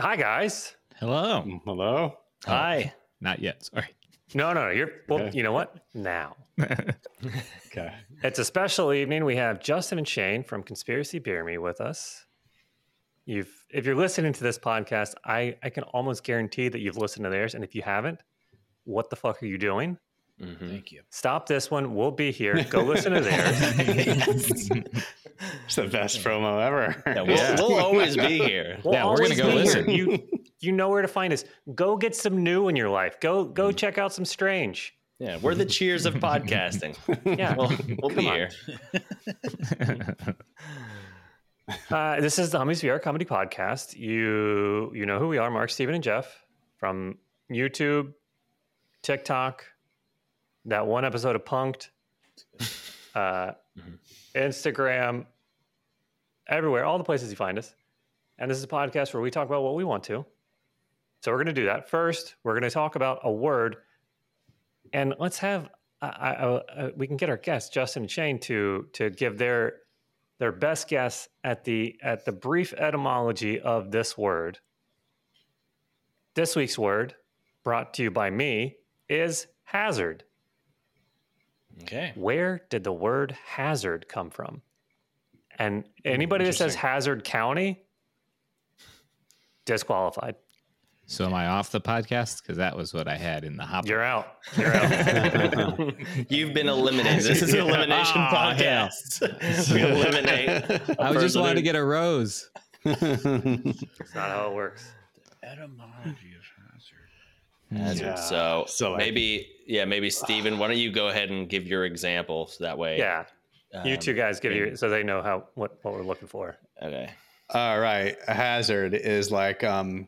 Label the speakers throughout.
Speaker 1: Hi, guys.
Speaker 2: Hello.
Speaker 1: Hello.
Speaker 2: Oh.
Speaker 1: Hi.
Speaker 2: Not yet. Sorry.
Speaker 1: No, no, you're. Well,
Speaker 3: Okay.
Speaker 1: you know what? Now
Speaker 3: Okay.
Speaker 1: it's a special evening. We have Justin and Shane from Conspiracy Beer Me with us. You've, if you're listening to this podcast, I, I can almost guarantee that you've listened to theirs. And if you haven't, what the fuck are you doing?
Speaker 2: Thank you.
Speaker 1: Stop this one. We'll be here. Go listen to theirs.
Speaker 3: Yes. It's the best promo ever.
Speaker 4: Yeah, we'll,
Speaker 2: Yeah.
Speaker 4: we'll always be here.
Speaker 1: We'll
Speaker 2: Yeah, we're
Speaker 1: always
Speaker 2: gonna go
Speaker 1: be here.
Speaker 2: listen.
Speaker 1: You, you know where to find us. Go get some new in your life. Go, go
Speaker 2: Mm.
Speaker 1: check out some strange.
Speaker 4: Yeah, we're the cheers of podcasting.
Speaker 1: Yeah.
Speaker 4: We'll, we'll be
Speaker 1: Come on.
Speaker 4: here.
Speaker 1: Uh, this is the Hummies VR Comedy Podcast. You you know who we are, Mark, Steven, and Jeff from YouTube, TikTok, that one episode of Punked, uh, Instagram, everywhere, all the places you find us. And this is a podcast where we talk about what we want to. So we're going to do that. First, we're going to talk about a word, and let's have I, I, I, we can get our guests Justin and Shane to to give their their best guess at the at the brief etymology of this word. This week's word, brought to you by me, is hazard.
Speaker 4: Okay.
Speaker 1: Where did the word hazard come from? And anybody that says
Speaker 4: interesting.
Speaker 1: Hazard County, disqualified.
Speaker 2: So am I off the podcast? Because that was what I had in the hopper.
Speaker 1: You're out. You're out.
Speaker 4: You've been eliminated. This is an elimination
Speaker 2: Ah, hell.
Speaker 4: podcast. we eliminate.
Speaker 2: I was just wanted to
Speaker 4: get.
Speaker 2: get a rose.
Speaker 1: That's not how it works.
Speaker 5: Etymology of hazard.
Speaker 3: Yeah.
Speaker 4: So,
Speaker 3: So, like-
Speaker 4: maybe, yeah, maybe Steven, why don't you go ahead and give your example so that way.
Speaker 1: Yeah. You
Speaker 4: um,
Speaker 1: two guys give you so they know how what, what we're looking for.
Speaker 4: Okay.
Speaker 3: All right. A hazard is like um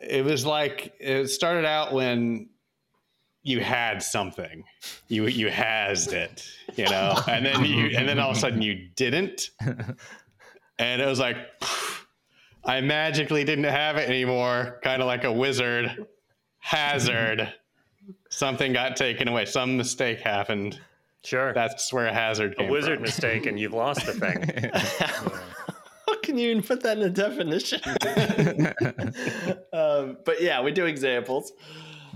Speaker 3: it was like it started out when you had something. You you hazed it, you know, and then you and then all of a sudden you didn't. And it was like I magically didn't have it anymore, kind of like a wizard. Hazard. Something got taken away. Some mistake happened.
Speaker 1: Sure.
Speaker 3: That's where hazard
Speaker 1: a
Speaker 3: came
Speaker 1: wizard
Speaker 3: from.
Speaker 1: mistake and you've lost the thing.
Speaker 4: How can you even put that in a definition? um, but yeah, we do examples.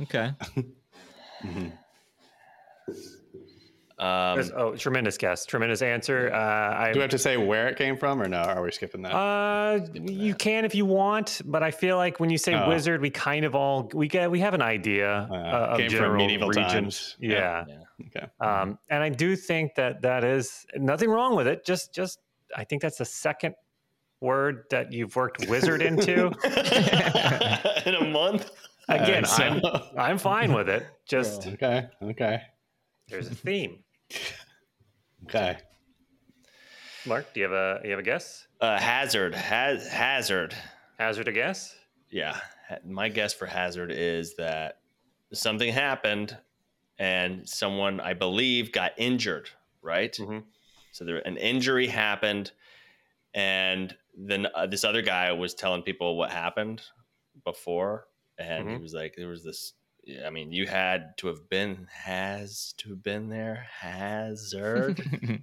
Speaker 2: okay.
Speaker 4: Um,
Speaker 1: That's- oh, tremendous guess, tremendous answer. Uh, I,
Speaker 3: Do we have to say where it came from or no? Are we skipping that?
Speaker 1: uh, you can if you want, but I feel like when you say
Speaker 3: Oh.
Speaker 1: wizard, we kind of all we get we have an idea uh, of
Speaker 3: came from
Speaker 1: general
Speaker 3: medieval
Speaker 1: region.
Speaker 3: times.
Speaker 1: Yeah.
Speaker 3: Okay.
Speaker 1: Um, and I do think that that is nothing wrong with it. Just, just I think that's the second word that you've worked wizard into.
Speaker 4: in a month.
Speaker 1: Again,
Speaker 3: Uh, so-
Speaker 1: I'm I'm fine with it. Just
Speaker 3: okay. Okay.
Speaker 1: there's a theme.
Speaker 3: Okay.
Speaker 1: Mark, do you have a you have a guess?
Speaker 4: Uh, hazard, has, hazard.
Speaker 1: Hazard a guess?
Speaker 4: Yeah, ha- my guess for hazard is that something happened, and someone I believe got injured. Right.
Speaker 1: Mhm.
Speaker 4: So there, an injury happened, and then uh, this other guy was telling people what happened before, and he
Speaker 1: Mhm.
Speaker 4: was like, "There was this." I mean, you had to have been has to have been there hazard. and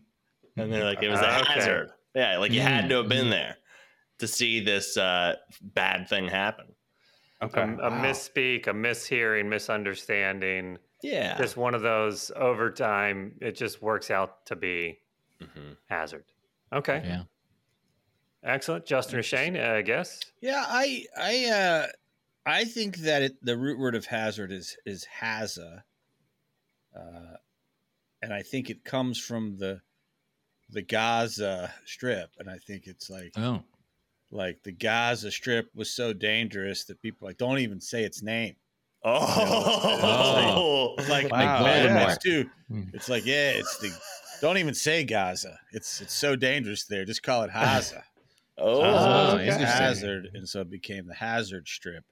Speaker 4: they're like it was a
Speaker 1: Okay.
Speaker 4: hazard yeah like you had
Speaker 2: Mm,
Speaker 4: to have been
Speaker 2: mm.
Speaker 4: there to see this uh, bad thing happen
Speaker 3: Okay.
Speaker 1: A misspeak, a mishearing, misunderstanding.
Speaker 4: yeah
Speaker 1: Just one of those over time, it just works out to be
Speaker 4: Mhm.
Speaker 1: hazard. Okay.
Speaker 2: Yeah.
Speaker 1: Excellent. Justin or Shane, uh, guess?
Speaker 5: Yeah, I I uh I think that it, the root word of hazard is is haza. Uh and I think it comes from the the Gaza strip and I think it's like
Speaker 2: Oh.
Speaker 5: like the Gaza strip was so dangerous that people like don't even say its name.
Speaker 4: oh,
Speaker 5: It's like uh,
Speaker 3: Wow.
Speaker 2: Like
Speaker 5: man,
Speaker 2: Voldemort.
Speaker 5: that's too
Speaker 2: Hmm.
Speaker 5: it's like yeah, it's the don't even say Gaza. It's it's so dangerous there. Just call it Haza.
Speaker 4: oh
Speaker 2: Oh,
Speaker 5: It's
Speaker 2: interesting.
Speaker 5: hazard, and so it became the hazard strip,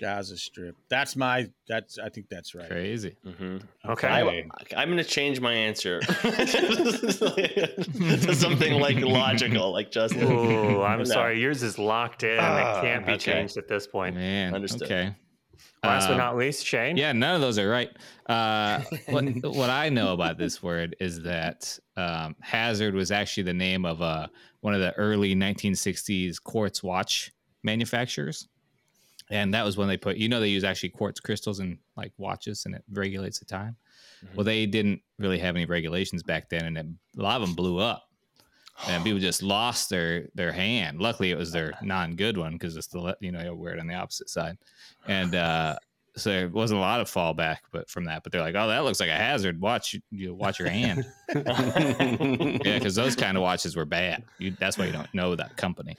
Speaker 5: Gaza Strip. That's my. That's I think that's right.
Speaker 2: Crazy.
Speaker 4: Mhm.
Speaker 1: Okay.
Speaker 4: I, i'm gonna change my answer to something like logical like justin
Speaker 1: Ooh, I'm
Speaker 4: No.
Speaker 1: sorry. Yours is locked in.
Speaker 3: Ah,
Speaker 1: it can't be
Speaker 4: okay.
Speaker 1: changed at this point.
Speaker 2: Man.
Speaker 4: Understood.
Speaker 2: Okay.
Speaker 1: Last but
Speaker 2: Mm, Um,
Speaker 1: not least, Shane.
Speaker 2: Yeah, none of those are right. Uh, what, what I know about this word is that um, hazard was actually the name of uh, one of the early 1960s quartz watch manufacturers. And that was when they put, you know, they use actually quartz crystals in like watches and it regulates the time. Well, they didn't really have any regulations back then, and it, a lot of them blew up. And people just lost their their hand. Luckily, it was their non good one because it's the le- you know you wear it on the opposite side, and uh, so there wasn't a lot of fallback, but from that. But they're like, oh, that looks like a hazard. Watch you watch your hand, yeah, because those kind of watches were bad. You, that's why you don't know that company.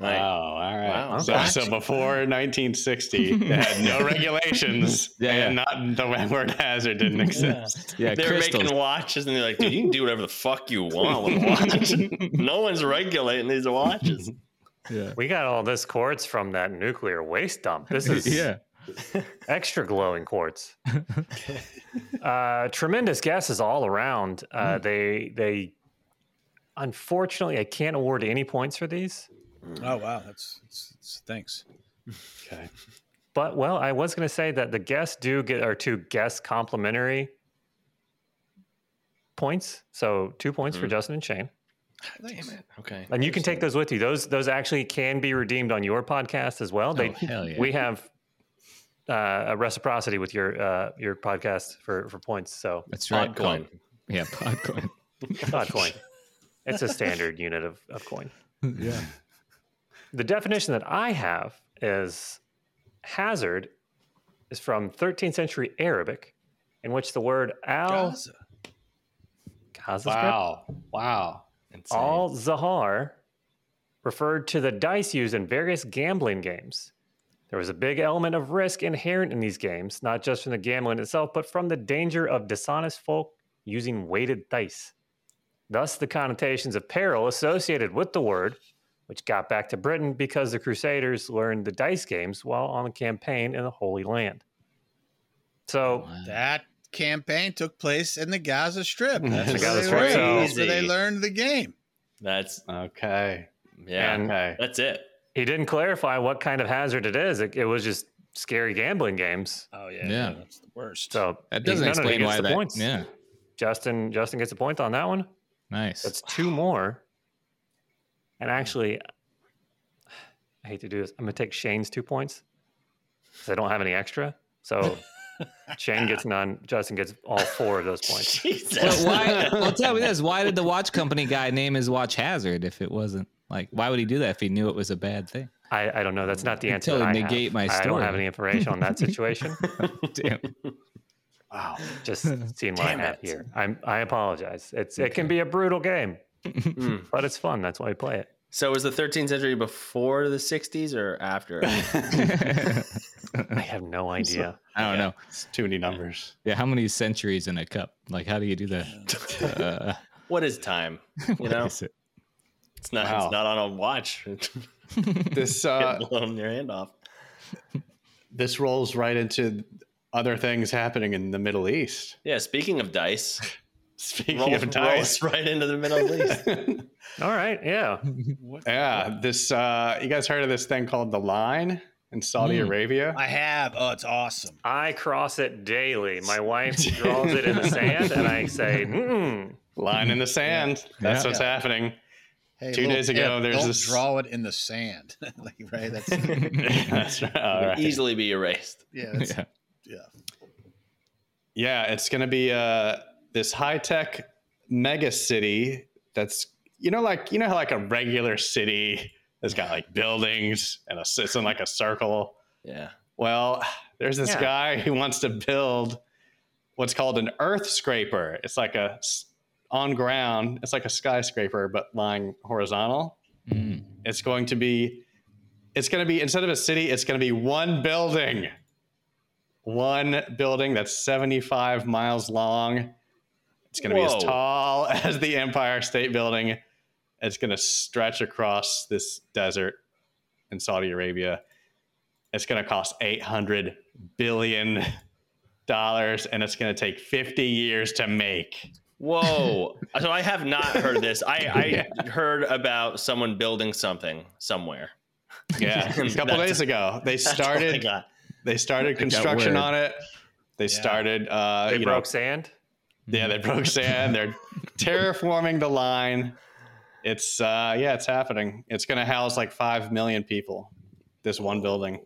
Speaker 3: Oh,
Speaker 2: Uh,
Speaker 4: Right.
Speaker 3: all right.
Speaker 4: Wow.
Speaker 3: So,
Speaker 1: Okay.
Speaker 3: so before 1960, they had no regulations,
Speaker 2: Yeah,
Speaker 3: and not the word hazard didn't exist.
Speaker 2: Yeah,
Speaker 4: They're making watches and they're like, dude, you can do whatever the fuck you want with a watch. no one's regulating these watches.
Speaker 2: yeah,
Speaker 1: We got all this quartz from that nuclear waste dump. This is
Speaker 2: yeah.
Speaker 1: extra glowing quartz. uh, tremendous guesses all around. Uh,
Speaker 2: Mm.
Speaker 1: They they unfortunately I can't award any points for these.
Speaker 5: Oh wow, that's, that's, that's thanks.
Speaker 3: Okay.
Speaker 1: But well, I was going to say that the guests do get our two guest complimentary points. So two points for
Speaker 2: Mm-hmm.
Speaker 4: Mhm.
Speaker 1: Justin and Shane,
Speaker 4: Damn it. Okay.
Speaker 1: and you can take those with you. Those those actually can be redeemed on your podcast as well. They
Speaker 2: Oh, hell yeah.
Speaker 1: we have uh, a reciprocity with your uh, your podcast for for points. So
Speaker 2: that's right.
Speaker 4: Podcoin.
Speaker 2: Col- Yeah, Podcoin.
Speaker 1: not coin. It's a standard unit of, of coin.
Speaker 2: yeah.
Speaker 1: The definition that I have is hazard is from 13th century Arabic, in which the word al
Speaker 5: Gaza.
Speaker 1: Gaza Strip?
Speaker 3: Wow. Wow.
Speaker 4: Insane.
Speaker 1: al zahar referred to the dice used in various gambling games. There was a big element of risk inherent in these games, not just from the gambling itself, but from the danger of dishonest folk using weighted dice. Thus, the connotations of peril associated with the word, which got back to Britain because the Crusaders learned the dice games while on a campaign in the Holy Land. So,
Speaker 2: Oh,
Speaker 5: That campaign took place in the Gaza Strip. That's
Speaker 3: The
Speaker 5: where
Speaker 1: Gaza
Speaker 5: they
Speaker 1: Strip.
Speaker 5: were.
Speaker 1: So-
Speaker 5: That's where they learned the game.
Speaker 4: That's
Speaker 3: Okay.
Speaker 4: yeah.
Speaker 1: And-
Speaker 3: Okay.
Speaker 4: that's it.
Speaker 1: he didn't clarify what kind of hazard it is. It, it was just scary gambling games.
Speaker 5: Oh
Speaker 2: Yeah. yeah,
Speaker 5: that's the worst.
Speaker 1: So
Speaker 2: That
Speaker 1: he-
Speaker 2: doesn't
Speaker 1: none of them
Speaker 2: explain
Speaker 1: gets
Speaker 2: why
Speaker 1: the
Speaker 2: that.
Speaker 1: Points.
Speaker 2: Yeah,
Speaker 1: Justin Justin gets a point on that one.
Speaker 2: nice.
Speaker 1: That's two more. And actually, I hate to do this. I'm gonna take Shane's two points because I don't have any extra. So Shane gets none. Justin gets all four of those points.
Speaker 4: Jesus.
Speaker 2: But why? Well, tell me this: Why did the watch company guy name his watch Hazard if it wasn't like? Why would he do that if he knew it was a bad thing?
Speaker 1: I, I don't know. That's not the
Speaker 2: You
Speaker 1: answer.
Speaker 2: totally
Speaker 1: that I have.
Speaker 2: negate my
Speaker 1: I don't
Speaker 2: story.
Speaker 1: have any information on that situation.
Speaker 2: Damn.
Speaker 3: Wow.
Speaker 1: Just seeing what I
Speaker 4: Damn
Speaker 1: have
Speaker 4: it.
Speaker 1: here. I'm I apologize. It's it can be a brutal game,
Speaker 4: Hmm.
Speaker 1: but it's fun. That's why we play it.
Speaker 4: So was the 13th century before the 60s or after?
Speaker 1: I have no idea.
Speaker 2: I don't know.
Speaker 3: It's too many numbers.
Speaker 2: Yeah, how many centuries in a cup? Like, how do you do that? Uh,
Speaker 4: what is time? You
Speaker 2: what
Speaker 4: know,
Speaker 2: is it?
Speaker 4: it's not.
Speaker 3: Wow.
Speaker 4: It's not on a watch. Get
Speaker 3: This uh,
Speaker 4: blown your hand off.
Speaker 3: this rolls right into other things happening in the Middle East.
Speaker 4: Yeah. Speaking of dice,
Speaker 3: Speaking
Speaker 4: roll,
Speaker 3: of dice,
Speaker 4: rolls right into the Middle East.
Speaker 1: All right. Yeah.
Speaker 3: yeah, this uh, you guys heard of this thing called the Line in Saudi
Speaker 2: Mm.
Speaker 3: Arabia?
Speaker 5: I have. Oh, it's awesome.
Speaker 1: I cross it daily. My wife draws it in the sand, and I say, Mm-mm.
Speaker 3: Line in the sand. That's
Speaker 2: Yeah.
Speaker 3: what's happening.
Speaker 5: Hey,
Speaker 3: Two
Speaker 5: little
Speaker 3: days ago,
Speaker 5: tip,
Speaker 3: there's
Speaker 5: don't
Speaker 3: this-
Speaker 5: draw it in the sand, like right. That's
Speaker 3: That's right. All right.
Speaker 4: Easily be erased.
Speaker 5: yeah. That's,
Speaker 2: Yeah.
Speaker 3: Yeah, it's going to be uh, this high tech mega city that's you know like you know how like a regular city has got like buildings and a, it's in like a circle.
Speaker 4: Yeah.
Speaker 3: Well, there's this
Speaker 1: Yeah.
Speaker 3: guy who wants to build what's called an earth scraper. It's like a s- on ground. It's like a skyscraper but lying horizontal.
Speaker 1: Hmm.
Speaker 2: Mm.
Speaker 3: It's going to be it's going to be instead of a city, it's going to be one building. One building that's 75 miles long. It's going to be
Speaker 4: Whoa.
Speaker 3: as tall as the Empire State Building. It's going to stretch across this desert in Saudi Arabia. It's going to cost 800 billion dollars and it's going to take 50 years to make.
Speaker 4: Whoa. so I have not heard this. I, I heard about someone building something somewhere.
Speaker 3: Yeah, a couple
Speaker 4: That's-
Speaker 3: days ago they
Speaker 4: That's all I
Speaker 3: started
Speaker 4: got.
Speaker 3: They started
Speaker 2: got
Speaker 3: construction
Speaker 2: word.
Speaker 3: on it. They started, uh,
Speaker 1: They
Speaker 3: you
Speaker 1: broke sand.
Speaker 3: know, yeah, they broke sand. They're terraforming the line. It's, uh, yeah, it's happening. It's going to house like 5 million people, this one building.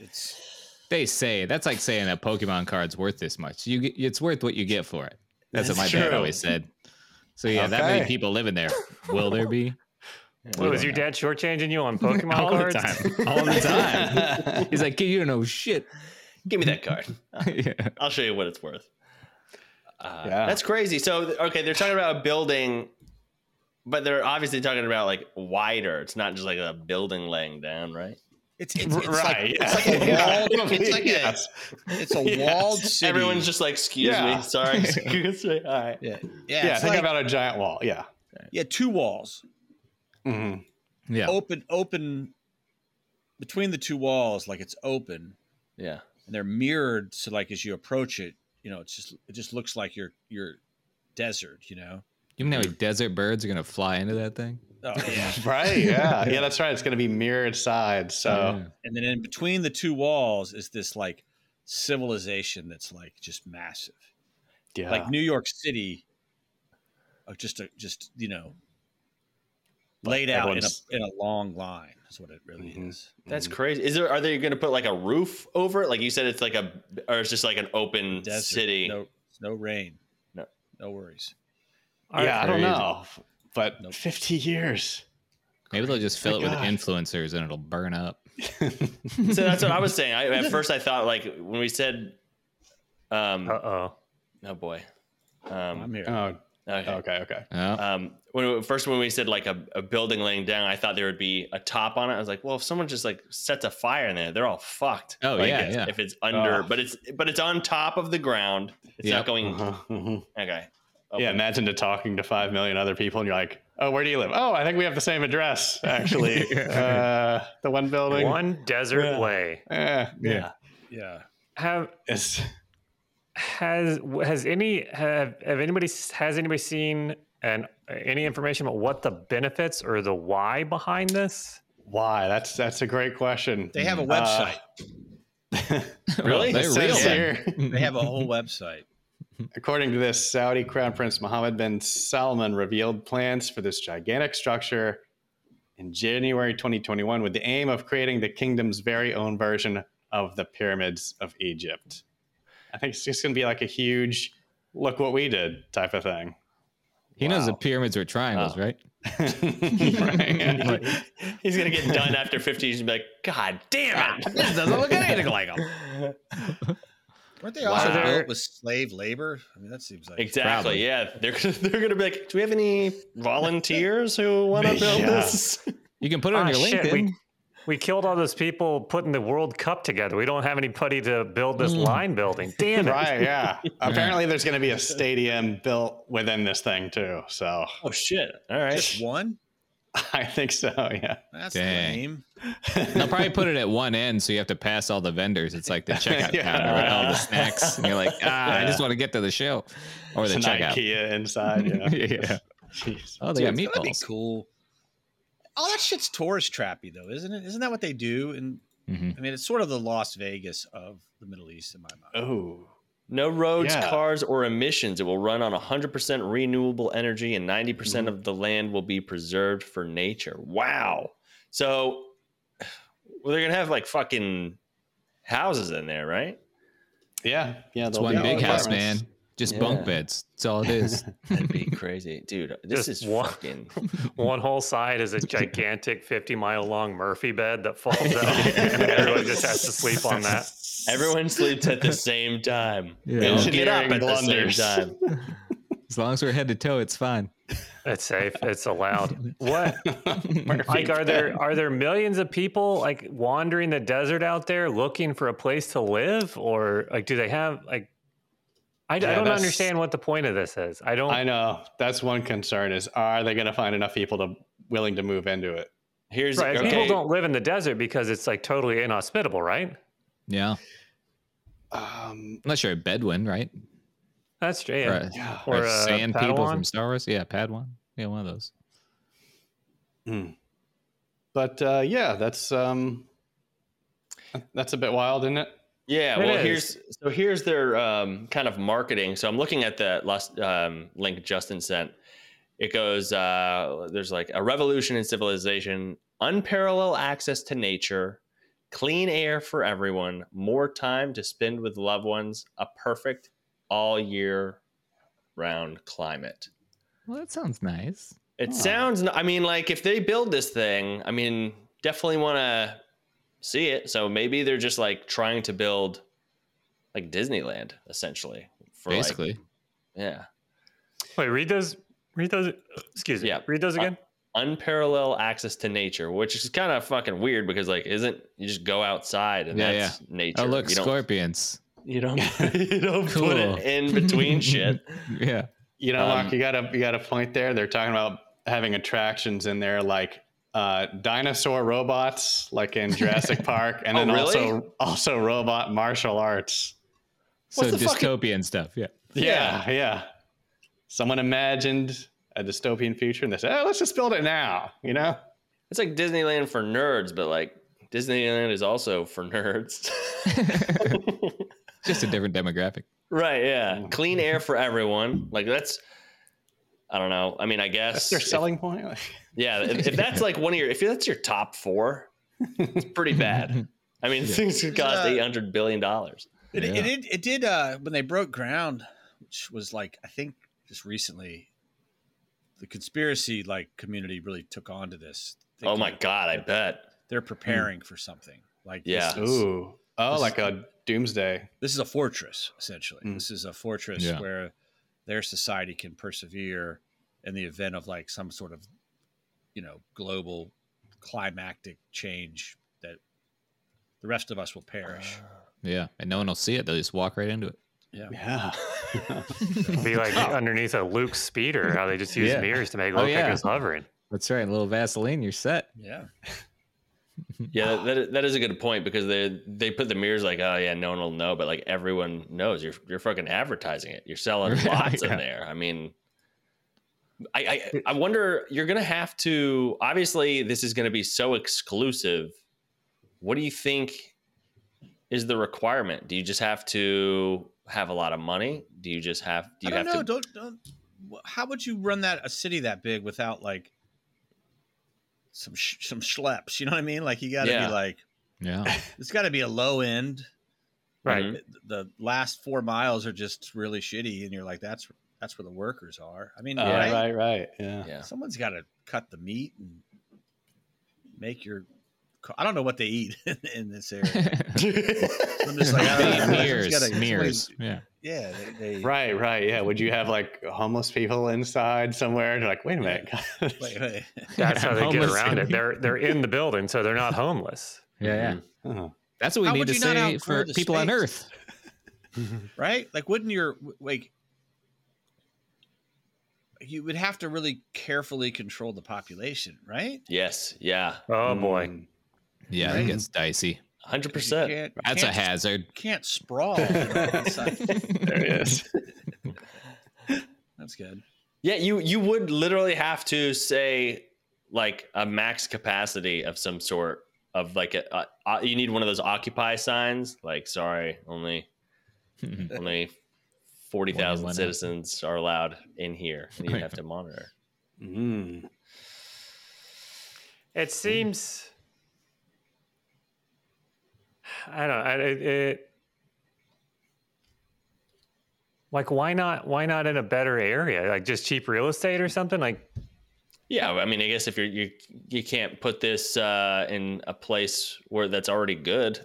Speaker 5: It's
Speaker 2: They say that's like saying a Pokemon card's worth this much. You get, it's worth what you get for it. That's, what my
Speaker 3: That's
Speaker 2: dad
Speaker 3: true.
Speaker 2: always said. So yeah, that
Speaker 3: Okay.
Speaker 2: many people living there. Will there be? We
Speaker 1: What was
Speaker 2: don't
Speaker 1: your
Speaker 2: know.
Speaker 1: dad shortchanging you on Pokemon
Speaker 2: all
Speaker 1: cards?
Speaker 2: the time? All the time. He's like, kid, you don't know shit.
Speaker 4: Give me that card.
Speaker 2: yeah.
Speaker 4: I'll show you what it's worth. Uh,
Speaker 3: Yeah.
Speaker 4: That's crazy. So, th- okay, they're talking about a building, but they're obviously talking about like wider. It's not just like a building laying down, right?
Speaker 5: it's, it's, it's
Speaker 3: right.
Speaker 5: Like, it's like a
Speaker 3: yeah.
Speaker 5: walled. It's like a,
Speaker 3: Yes.
Speaker 5: it's a
Speaker 3: Yes.
Speaker 5: walled city.
Speaker 4: Everyone's just like, excuse
Speaker 3: Yeah.
Speaker 4: me. Sorry. Excuse me. All right.
Speaker 5: yeah.
Speaker 3: Yeah,
Speaker 5: Yeah. it's
Speaker 3: think
Speaker 5: like-
Speaker 3: about a giant wall. Yeah.
Speaker 5: yeah. Two walls.
Speaker 3: hmm
Speaker 2: Yeah.
Speaker 5: Open. Open. Between the two walls, like it's open.
Speaker 4: Yeah.
Speaker 5: and they're mirrored so like as you approach it you know it's just it just looks like your your desert you know
Speaker 2: You know how many desert birds are gonna fly into that thing?
Speaker 5: oh yeah
Speaker 3: Right. Yeah. yeah, that's right. It's going to be mirrored sides. So,
Speaker 5: and then in between the two walls is this like civilization that's like just massive
Speaker 3: yeah.
Speaker 5: like new york city of just a just you know laid out in a,
Speaker 3: everyone's-
Speaker 5: in a long line is what it really
Speaker 3: Mhm.
Speaker 5: is
Speaker 4: That's crazy. Is there are they going to put like a roof over it? Like you said, it's like a or it's just like an open
Speaker 5: Desert,
Speaker 4: city.
Speaker 5: no no rain
Speaker 4: No.
Speaker 5: no worries
Speaker 1: All right.
Speaker 3: yeah, I don't
Speaker 2: Crazy.
Speaker 3: know. But
Speaker 5: Nope.
Speaker 3: 50 years.
Speaker 2: Maybe they'll just fill
Speaker 3: My
Speaker 2: it with
Speaker 3: God.
Speaker 2: influencers and it'll burn up.
Speaker 4: So that's what I was saying. I, at first, I thought like when we said, um,
Speaker 1: Uh oh.
Speaker 4: oh boy,
Speaker 5: i'm
Speaker 4: um,
Speaker 5: here
Speaker 3: Oh,
Speaker 4: okay.
Speaker 3: okay. Okay.
Speaker 2: Oh,
Speaker 4: Um, when first when we said like a, a building laying down, I thought there would be a top on it. I was like, well, if someone just like sets a fire in there, they're all fucked.
Speaker 2: Oh,
Speaker 4: Like,
Speaker 2: yeah,
Speaker 4: if,
Speaker 2: yeah.
Speaker 4: If it's under,
Speaker 3: Oh.
Speaker 4: but it's but it's on top of the ground. It's
Speaker 2: Yep.
Speaker 4: not going.
Speaker 3: Uh-huh, mhm.
Speaker 4: Okay.
Speaker 3: Yeah, imagine to talking to 5 million other people and you're like, oh, where do you live? Oh, I think we have the same address, actually. uh, the one building.
Speaker 1: One desert
Speaker 3: Yeah.
Speaker 1: way.
Speaker 3: Eh, yeah.
Speaker 5: yeah
Speaker 1: Have
Speaker 3: It's,
Speaker 1: has has any have, have anybody has anybody seen and any information about what the benefits or the why behind this?
Speaker 3: why? That's that's a great question.
Speaker 5: they have a
Speaker 3: Uh,
Speaker 5: website
Speaker 4: Really?
Speaker 2: Oh, they're
Speaker 3: it
Speaker 2: real.
Speaker 3: says
Speaker 2: then.
Speaker 3: here,
Speaker 5: they have a whole website
Speaker 3: According to this, Saudi Crown Prince Mohammed bin Salman revealed plans for this gigantic structure in January 2021 with the aim of creating the kingdom's very own version of the pyramids of Egypt. I think it's just going to be like a huge look what we did type of thing.
Speaker 2: He knows the pyramids were triangles,
Speaker 4: Wow.
Speaker 2: right?
Speaker 3: Right.
Speaker 4: He's gonna get done after 50 years and be like, God damn it!
Speaker 2: This doesn't look anything like them.
Speaker 5: Weren't they also
Speaker 4: Wow.
Speaker 5: built with slave labor? I mean, that seems like
Speaker 4: Exactly.
Speaker 2: Probably.
Speaker 4: Yeah, they're gonna- they're gonna be like, do we have any volunteers who want to build
Speaker 3: Yeah.
Speaker 4: this?
Speaker 2: You can put it on
Speaker 1: Ah,
Speaker 2: your
Speaker 1: shit,
Speaker 2: LinkedIn.
Speaker 1: we- We killed all those people putting the World Cup together. We don't have anybody to build this
Speaker 2: Mm.
Speaker 1: line building. Damn it.
Speaker 3: right, yeah. Apparently, there's going to be a stadium built within this thing too. So
Speaker 4: Oh shit! All right.
Speaker 5: just one.
Speaker 3: I think so. Yeah.
Speaker 5: That's
Speaker 2: Dang.
Speaker 5: lame.
Speaker 2: They'll probably put it at one end, so you have to pass all the vendors. It's like the checkout
Speaker 3: Yeah.
Speaker 2: counter with all the snacks, and you're like, ah, I
Speaker 3: Yeah.
Speaker 2: just want to get to the show or the
Speaker 3: It's an
Speaker 2: checkout.
Speaker 3: IKEA inside. Yeah.
Speaker 2: yeah.
Speaker 3: Jeez.
Speaker 2: Oh, they got
Speaker 5: Dude, it's gonna be
Speaker 2: meatballs.
Speaker 5: cool. All that shit's tourist trappy though, isn't it? Isn't that what they do? And
Speaker 2: Mhm.
Speaker 5: I mean, it's sort of the Las Vegas of the Middle East in my mind.
Speaker 3: Oh.
Speaker 4: No roads,
Speaker 3: Yeah.
Speaker 4: cars, or emissions. It will run on 100% renewable energy, and 90% percent
Speaker 3: Mm-hmm.
Speaker 4: of the land will be preserved for nature. Wow. So well, they're gonna have like fucking houses in there, right?
Speaker 3: Yeah, yeah.
Speaker 2: It's
Speaker 3: there'll be
Speaker 2: one big house, man.
Speaker 3: apartments.
Speaker 2: Just
Speaker 4: Yeah.
Speaker 2: bunk beds. That's all it is.
Speaker 4: That'd be crazy, dude. This
Speaker 1: Just
Speaker 4: is
Speaker 1: one-
Speaker 4: fucking.
Speaker 1: One whole side is a gigantic 50 mile long Murphy bed that falls out, and everyone just has to sleep on that.
Speaker 4: Everyone sleeps at the same time.
Speaker 2: Yeah.
Speaker 4: They all Get up
Speaker 3: Engineering
Speaker 4: at the same
Speaker 3: blunders.
Speaker 4: time.
Speaker 2: As long as we're head to toe, it's fine.
Speaker 1: It's safe. It's allowed. What?
Speaker 3: Murphy
Speaker 1: Like, are
Speaker 3: bed.
Speaker 1: there are there millions of people like wandering the desert out there looking for a place to live, or like, do they have like? I, I
Speaker 3: Yeah,
Speaker 1: don't
Speaker 3: that's-
Speaker 1: understand what the point of this is. I don't.
Speaker 3: I know that's one concern: is are they going to find enough people to willing to move into it?
Speaker 4: Here's
Speaker 1: right,
Speaker 4: okay.
Speaker 1: People don't live in the desert because it's like totally inhospitable, right?
Speaker 2: Yeah.
Speaker 3: Um,
Speaker 2: Unless you're a Bedouin, right?
Speaker 1: That's true.
Speaker 2: Or
Speaker 1: Yeah.
Speaker 2: a-
Speaker 3: yeah,
Speaker 2: Or,
Speaker 1: Or a
Speaker 2: sand people
Speaker 1: Padawan.
Speaker 2: from Star Wars. Yeah, Padawan. Yeah, one of those.
Speaker 3: hmm. but uh, yeah, that's um, that's a bit wild, isn't it?
Speaker 4: Yeah,
Speaker 1: It
Speaker 4: well,
Speaker 1: is.
Speaker 4: here's so here's their um, kind of marketing. So I'm looking at the last um, link Justin sent. It goes uh, there's like a revolution in civilization, unparalleled access to nature, clean air for everyone, more time to spend with loved ones, a perfect all year round climate.
Speaker 2: Well, that sounds nice.
Speaker 4: It
Speaker 2: Huh.
Speaker 4: sounds. I mean, like if they build this thing, I mean, definitely want to see it. So maybe they're just like trying to build like Disneyland, essentially. For like-
Speaker 2: Basically,
Speaker 4: yeah,
Speaker 1: Wait, read those. Read those. Excuse me.
Speaker 4: Yeah.
Speaker 1: Read those
Speaker 4: Uh,
Speaker 1: again.
Speaker 4: unparalleled access to nature, which is kind of fucking weird because like, isn't you just go outside and
Speaker 2: Yeah,
Speaker 4: that's nature?
Speaker 2: oh look,
Speaker 4: you
Speaker 2: scorpions.
Speaker 4: Don't, you don't. you don't put
Speaker 2: Cool.
Speaker 4: it in between shit.
Speaker 2: Yeah,
Speaker 3: You know,
Speaker 4: Um,
Speaker 3: Mark, you got a you got a point there. They're talking about having attractions in there like uh, dinosaur robots, like in Jurassic Park, and
Speaker 4: Oh,
Speaker 3: then
Speaker 4: really?
Speaker 3: also also robot martial arts.
Speaker 2: so
Speaker 4: What's the fucking-
Speaker 2: dystopian stuff. Yeah,
Speaker 3: Yeah, yeah. Someone imagined a dystopian future, and they said, "Oh, let's just build it now." You know?
Speaker 4: It's like Disneyland for nerds, but like Disneyland is also for nerds.
Speaker 2: just a different demographic.
Speaker 4: Right, yeah. Clean air for everyone. Like that's I don't know. I mean, I
Speaker 3: That's
Speaker 4: guess
Speaker 3: their
Speaker 4: if-
Speaker 3: selling point. Like,
Speaker 4: yeah, if, if that's like one of your if that's your top 4, it's pretty bad. I mean, things could cost
Speaker 5: Uh,
Speaker 4: 800 billion dollars.
Speaker 5: It,
Speaker 2: Yeah.
Speaker 5: it, did it did uh, when they broke ground, which was like I think just recently, the conspiracy like community really took on to this.
Speaker 4: Oh
Speaker 5: thinking
Speaker 4: my god, I bet.
Speaker 5: They're preparing for something like this
Speaker 4: Yeah.
Speaker 5: is-
Speaker 3: Ooh, oh, like a doomsday.
Speaker 5: this is a fortress essentially
Speaker 3: Mm.
Speaker 5: this is a fortress
Speaker 2: Yeah.
Speaker 5: where their society can persevere in the event of like some sort of you know global climactic change that the rest of us will perish
Speaker 2: Yeah, and no one will see it. They'll just walk right into it.
Speaker 3: Yeah. Oh,
Speaker 1: Be like
Speaker 5: Oh.
Speaker 1: underneath a Luke speeder. How they just use
Speaker 2: Yeah.
Speaker 1: mirrors to make it
Speaker 2: Oh,
Speaker 1: look
Speaker 2: yeah.
Speaker 1: like it's hovering.
Speaker 2: That's right. A little Vaseline, you're set.
Speaker 5: yeah
Speaker 4: Yeah, that, that, that is a good point because they they put the mirrors like, oh yeah, no one will know, but like everyone knows you're you're fucking advertising it. You're selling
Speaker 2: Right,
Speaker 4: lots
Speaker 2: yeah.
Speaker 4: in there. I mean, I, I I wonder you're gonna have to obviously this is gonna be so exclusive. What do you think is the requirement? Do you just have to have a lot of money? Do you just have do you
Speaker 5: i
Speaker 4: have
Speaker 5: don't know
Speaker 4: to
Speaker 5: don't don't wh- how would you run that a city that big without like some sh- some schleps you know what i mean like you gotta
Speaker 4: Yeah.
Speaker 5: be like
Speaker 2: Yeah.
Speaker 5: it's gotta be a low end
Speaker 1: Right.
Speaker 5: Mm-hmm.
Speaker 4: Mhm.
Speaker 5: the last four miles are just really shitty, and you're like, that's that's where the workers are. I mean,
Speaker 3: Oh,
Speaker 5: right?
Speaker 3: right, right. Yeah.
Speaker 4: Yeah.
Speaker 5: someone's got to cut the meat and make your. I don't know what they eat in this area. I'm just like, I don't know.
Speaker 2: They-
Speaker 5: Someone's
Speaker 2: mirrors,
Speaker 5: gotta- somebody's-
Speaker 2: mirrors. Yeah.
Speaker 5: Yeah, they, they
Speaker 3: Right, right. Yeah. Would you have like homeless people inside somewhere? And you're like, wait a minute. guys."
Speaker 5: wait, wait.
Speaker 1: That's how
Speaker 2: I'm
Speaker 1: they get
Speaker 2: homeless
Speaker 1: around it.
Speaker 2: and-
Speaker 1: They're they're in the building, so they're not homeless.
Speaker 2: Yeah, yeah.
Speaker 3: Huh.
Speaker 2: That's what we
Speaker 5: How
Speaker 2: need
Speaker 5: would
Speaker 2: to
Speaker 5: you not
Speaker 2: say
Speaker 5: outgrow
Speaker 2: for
Speaker 5: the
Speaker 2: people on
Speaker 5: space?
Speaker 2: Earth.
Speaker 5: right? Like, wouldn't your like you would have to really carefully control the population, right?
Speaker 4: Yes, yeah,
Speaker 1: Oh boy.
Speaker 3: Mm.
Speaker 2: Yeah, that
Speaker 5: Right.
Speaker 2: gets dicey.
Speaker 4: hundred
Speaker 5: 'Cause you
Speaker 4: percent.
Speaker 5: can't- you
Speaker 2: That's a
Speaker 5: can't-
Speaker 2: hazard.
Speaker 5: Can't sprawl you know, inside.
Speaker 3: There it is.
Speaker 5: That's good.
Speaker 4: Yeah, you you would literally have to say like a max capacity of some sort of like a, a, a- you need one of those occupy signs like sorry only only 40,000
Speaker 2: One- one-
Speaker 4: citizens are allowed in here and you have to monitor.
Speaker 3: Mm.
Speaker 5: Mm.
Speaker 1: It seems. I don't. I, it, it. Like, why not? Why not in a better area? Like, just cheap real estate or something. Like,
Speaker 4: Yeah, I mean I guess if you're you you can't put this uh in a place where that's already good.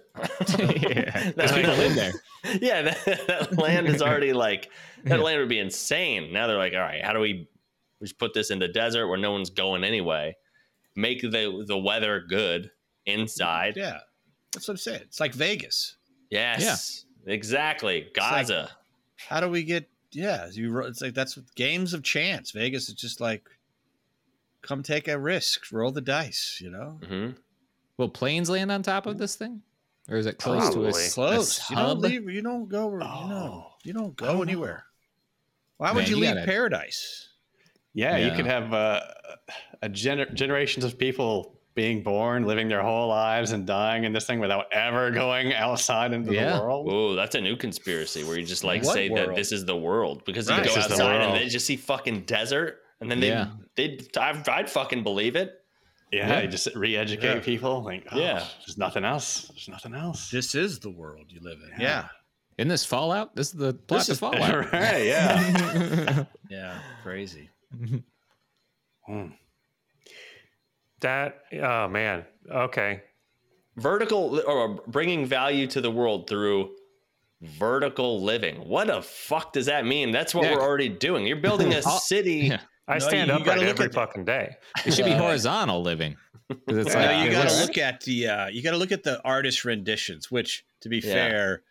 Speaker 2: yeah.
Speaker 4: That's
Speaker 2: There's people in there.
Speaker 4: yeah, that, that land is already like that land would be insane. Now they're like, all right, how do we we just put this in the desert where no one's going anyway? Make the the weather good inside.
Speaker 5: Yeah, that's what I'm saying. It's like Vegas.
Speaker 4: Yes, exactly.
Speaker 5: like-
Speaker 4: Gaza.
Speaker 5: how do we get yeah you ro- it's like that's what, games of chance vegas is just like come take a risk roll the dice you know
Speaker 4: hmm
Speaker 2: Will planes land on top of this thing? Or is it close to
Speaker 1: Probably.
Speaker 2: us?
Speaker 5: close you don't leave you don't go where- you know
Speaker 3: Oh.
Speaker 5: you don't
Speaker 3: I
Speaker 5: go
Speaker 3: don't
Speaker 5: anywhere why would
Speaker 2: Man,
Speaker 5: you,
Speaker 2: you
Speaker 5: leave
Speaker 2: gotta-
Speaker 5: paradise
Speaker 3: Yeah,
Speaker 2: Yeah.
Speaker 3: you could have uh, a gener- generations of people being born, living their whole lives, and dying in this thing without ever going outside into
Speaker 2: Yeah.
Speaker 3: the world.
Speaker 4: Whoa, that's a new conspiracy where you just like
Speaker 5: What
Speaker 4: say that
Speaker 5: world?
Speaker 4: this is the world because
Speaker 5: Right.
Speaker 4: you
Speaker 5: This
Speaker 4: go
Speaker 3: is the
Speaker 4: outside and
Speaker 3: world.
Speaker 4: they just see fucking desert and then they
Speaker 2: Yeah.
Speaker 4: they I'd, I'd fucking believe it.
Speaker 3: Yeah,
Speaker 2: Yeah.
Speaker 3: you just re-educate
Speaker 5: Yeah.
Speaker 3: people. Like, oh,
Speaker 4: Yeah.
Speaker 3: there's nothing else. There's nothing else.
Speaker 5: This is the world you live in.
Speaker 3: Yeah.
Speaker 2: Isn't this Fallout? This is the plot
Speaker 5: This
Speaker 2: to
Speaker 5: is-
Speaker 2: Fallout.
Speaker 3: right? Yeah.
Speaker 5: Yeah. Crazy.
Speaker 3: Hmm.
Speaker 1: That oh man. Okay.
Speaker 4: Vertical or bringing value to the world through vertical living. What the fuck does that mean? That's what
Speaker 2: Yeah.
Speaker 4: we're already doing. You're building a
Speaker 2: All-
Speaker 4: city.
Speaker 2: Yeah.
Speaker 1: I
Speaker 5: No,
Speaker 1: stand
Speaker 5: you- you
Speaker 1: upright
Speaker 5: gotta look
Speaker 1: every
Speaker 5: at that.
Speaker 1: fucking day.
Speaker 2: It should be
Speaker 5: Uh,
Speaker 2: horizontal living. 'Cause it's
Speaker 3: Yeah.
Speaker 2: like-
Speaker 5: no, you
Speaker 2: it
Speaker 5: got to
Speaker 2: looks-
Speaker 5: look at the uh, you got to look at the artist renditions. Which, to be
Speaker 4: Yeah.
Speaker 5: fair,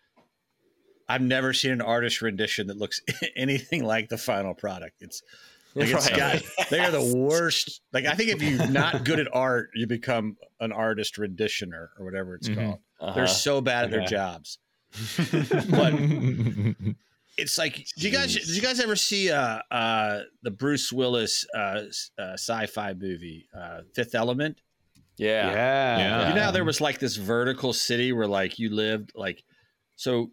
Speaker 5: I've never seen an artist rendition that looks anything like the final product. It's like it's
Speaker 4: Right.
Speaker 5: got, they are the worst. Like I think if you're not good at art, you become an artist renditioner or whatever it's
Speaker 2: Mhm.
Speaker 5: called.
Speaker 4: Uh-huh.
Speaker 5: They're so bad at their
Speaker 3: Okay.
Speaker 5: jobs. But it's like did you guys did you guys ever see uh uh the Bruce Willis uh, s- uh sci-fi movie uh Fifth Element?
Speaker 4: Yeah.
Speaker 3: Yeah.
Speaker 2: Yeah.
Speaker 5: you know how there was like this vertical city where like you lived like so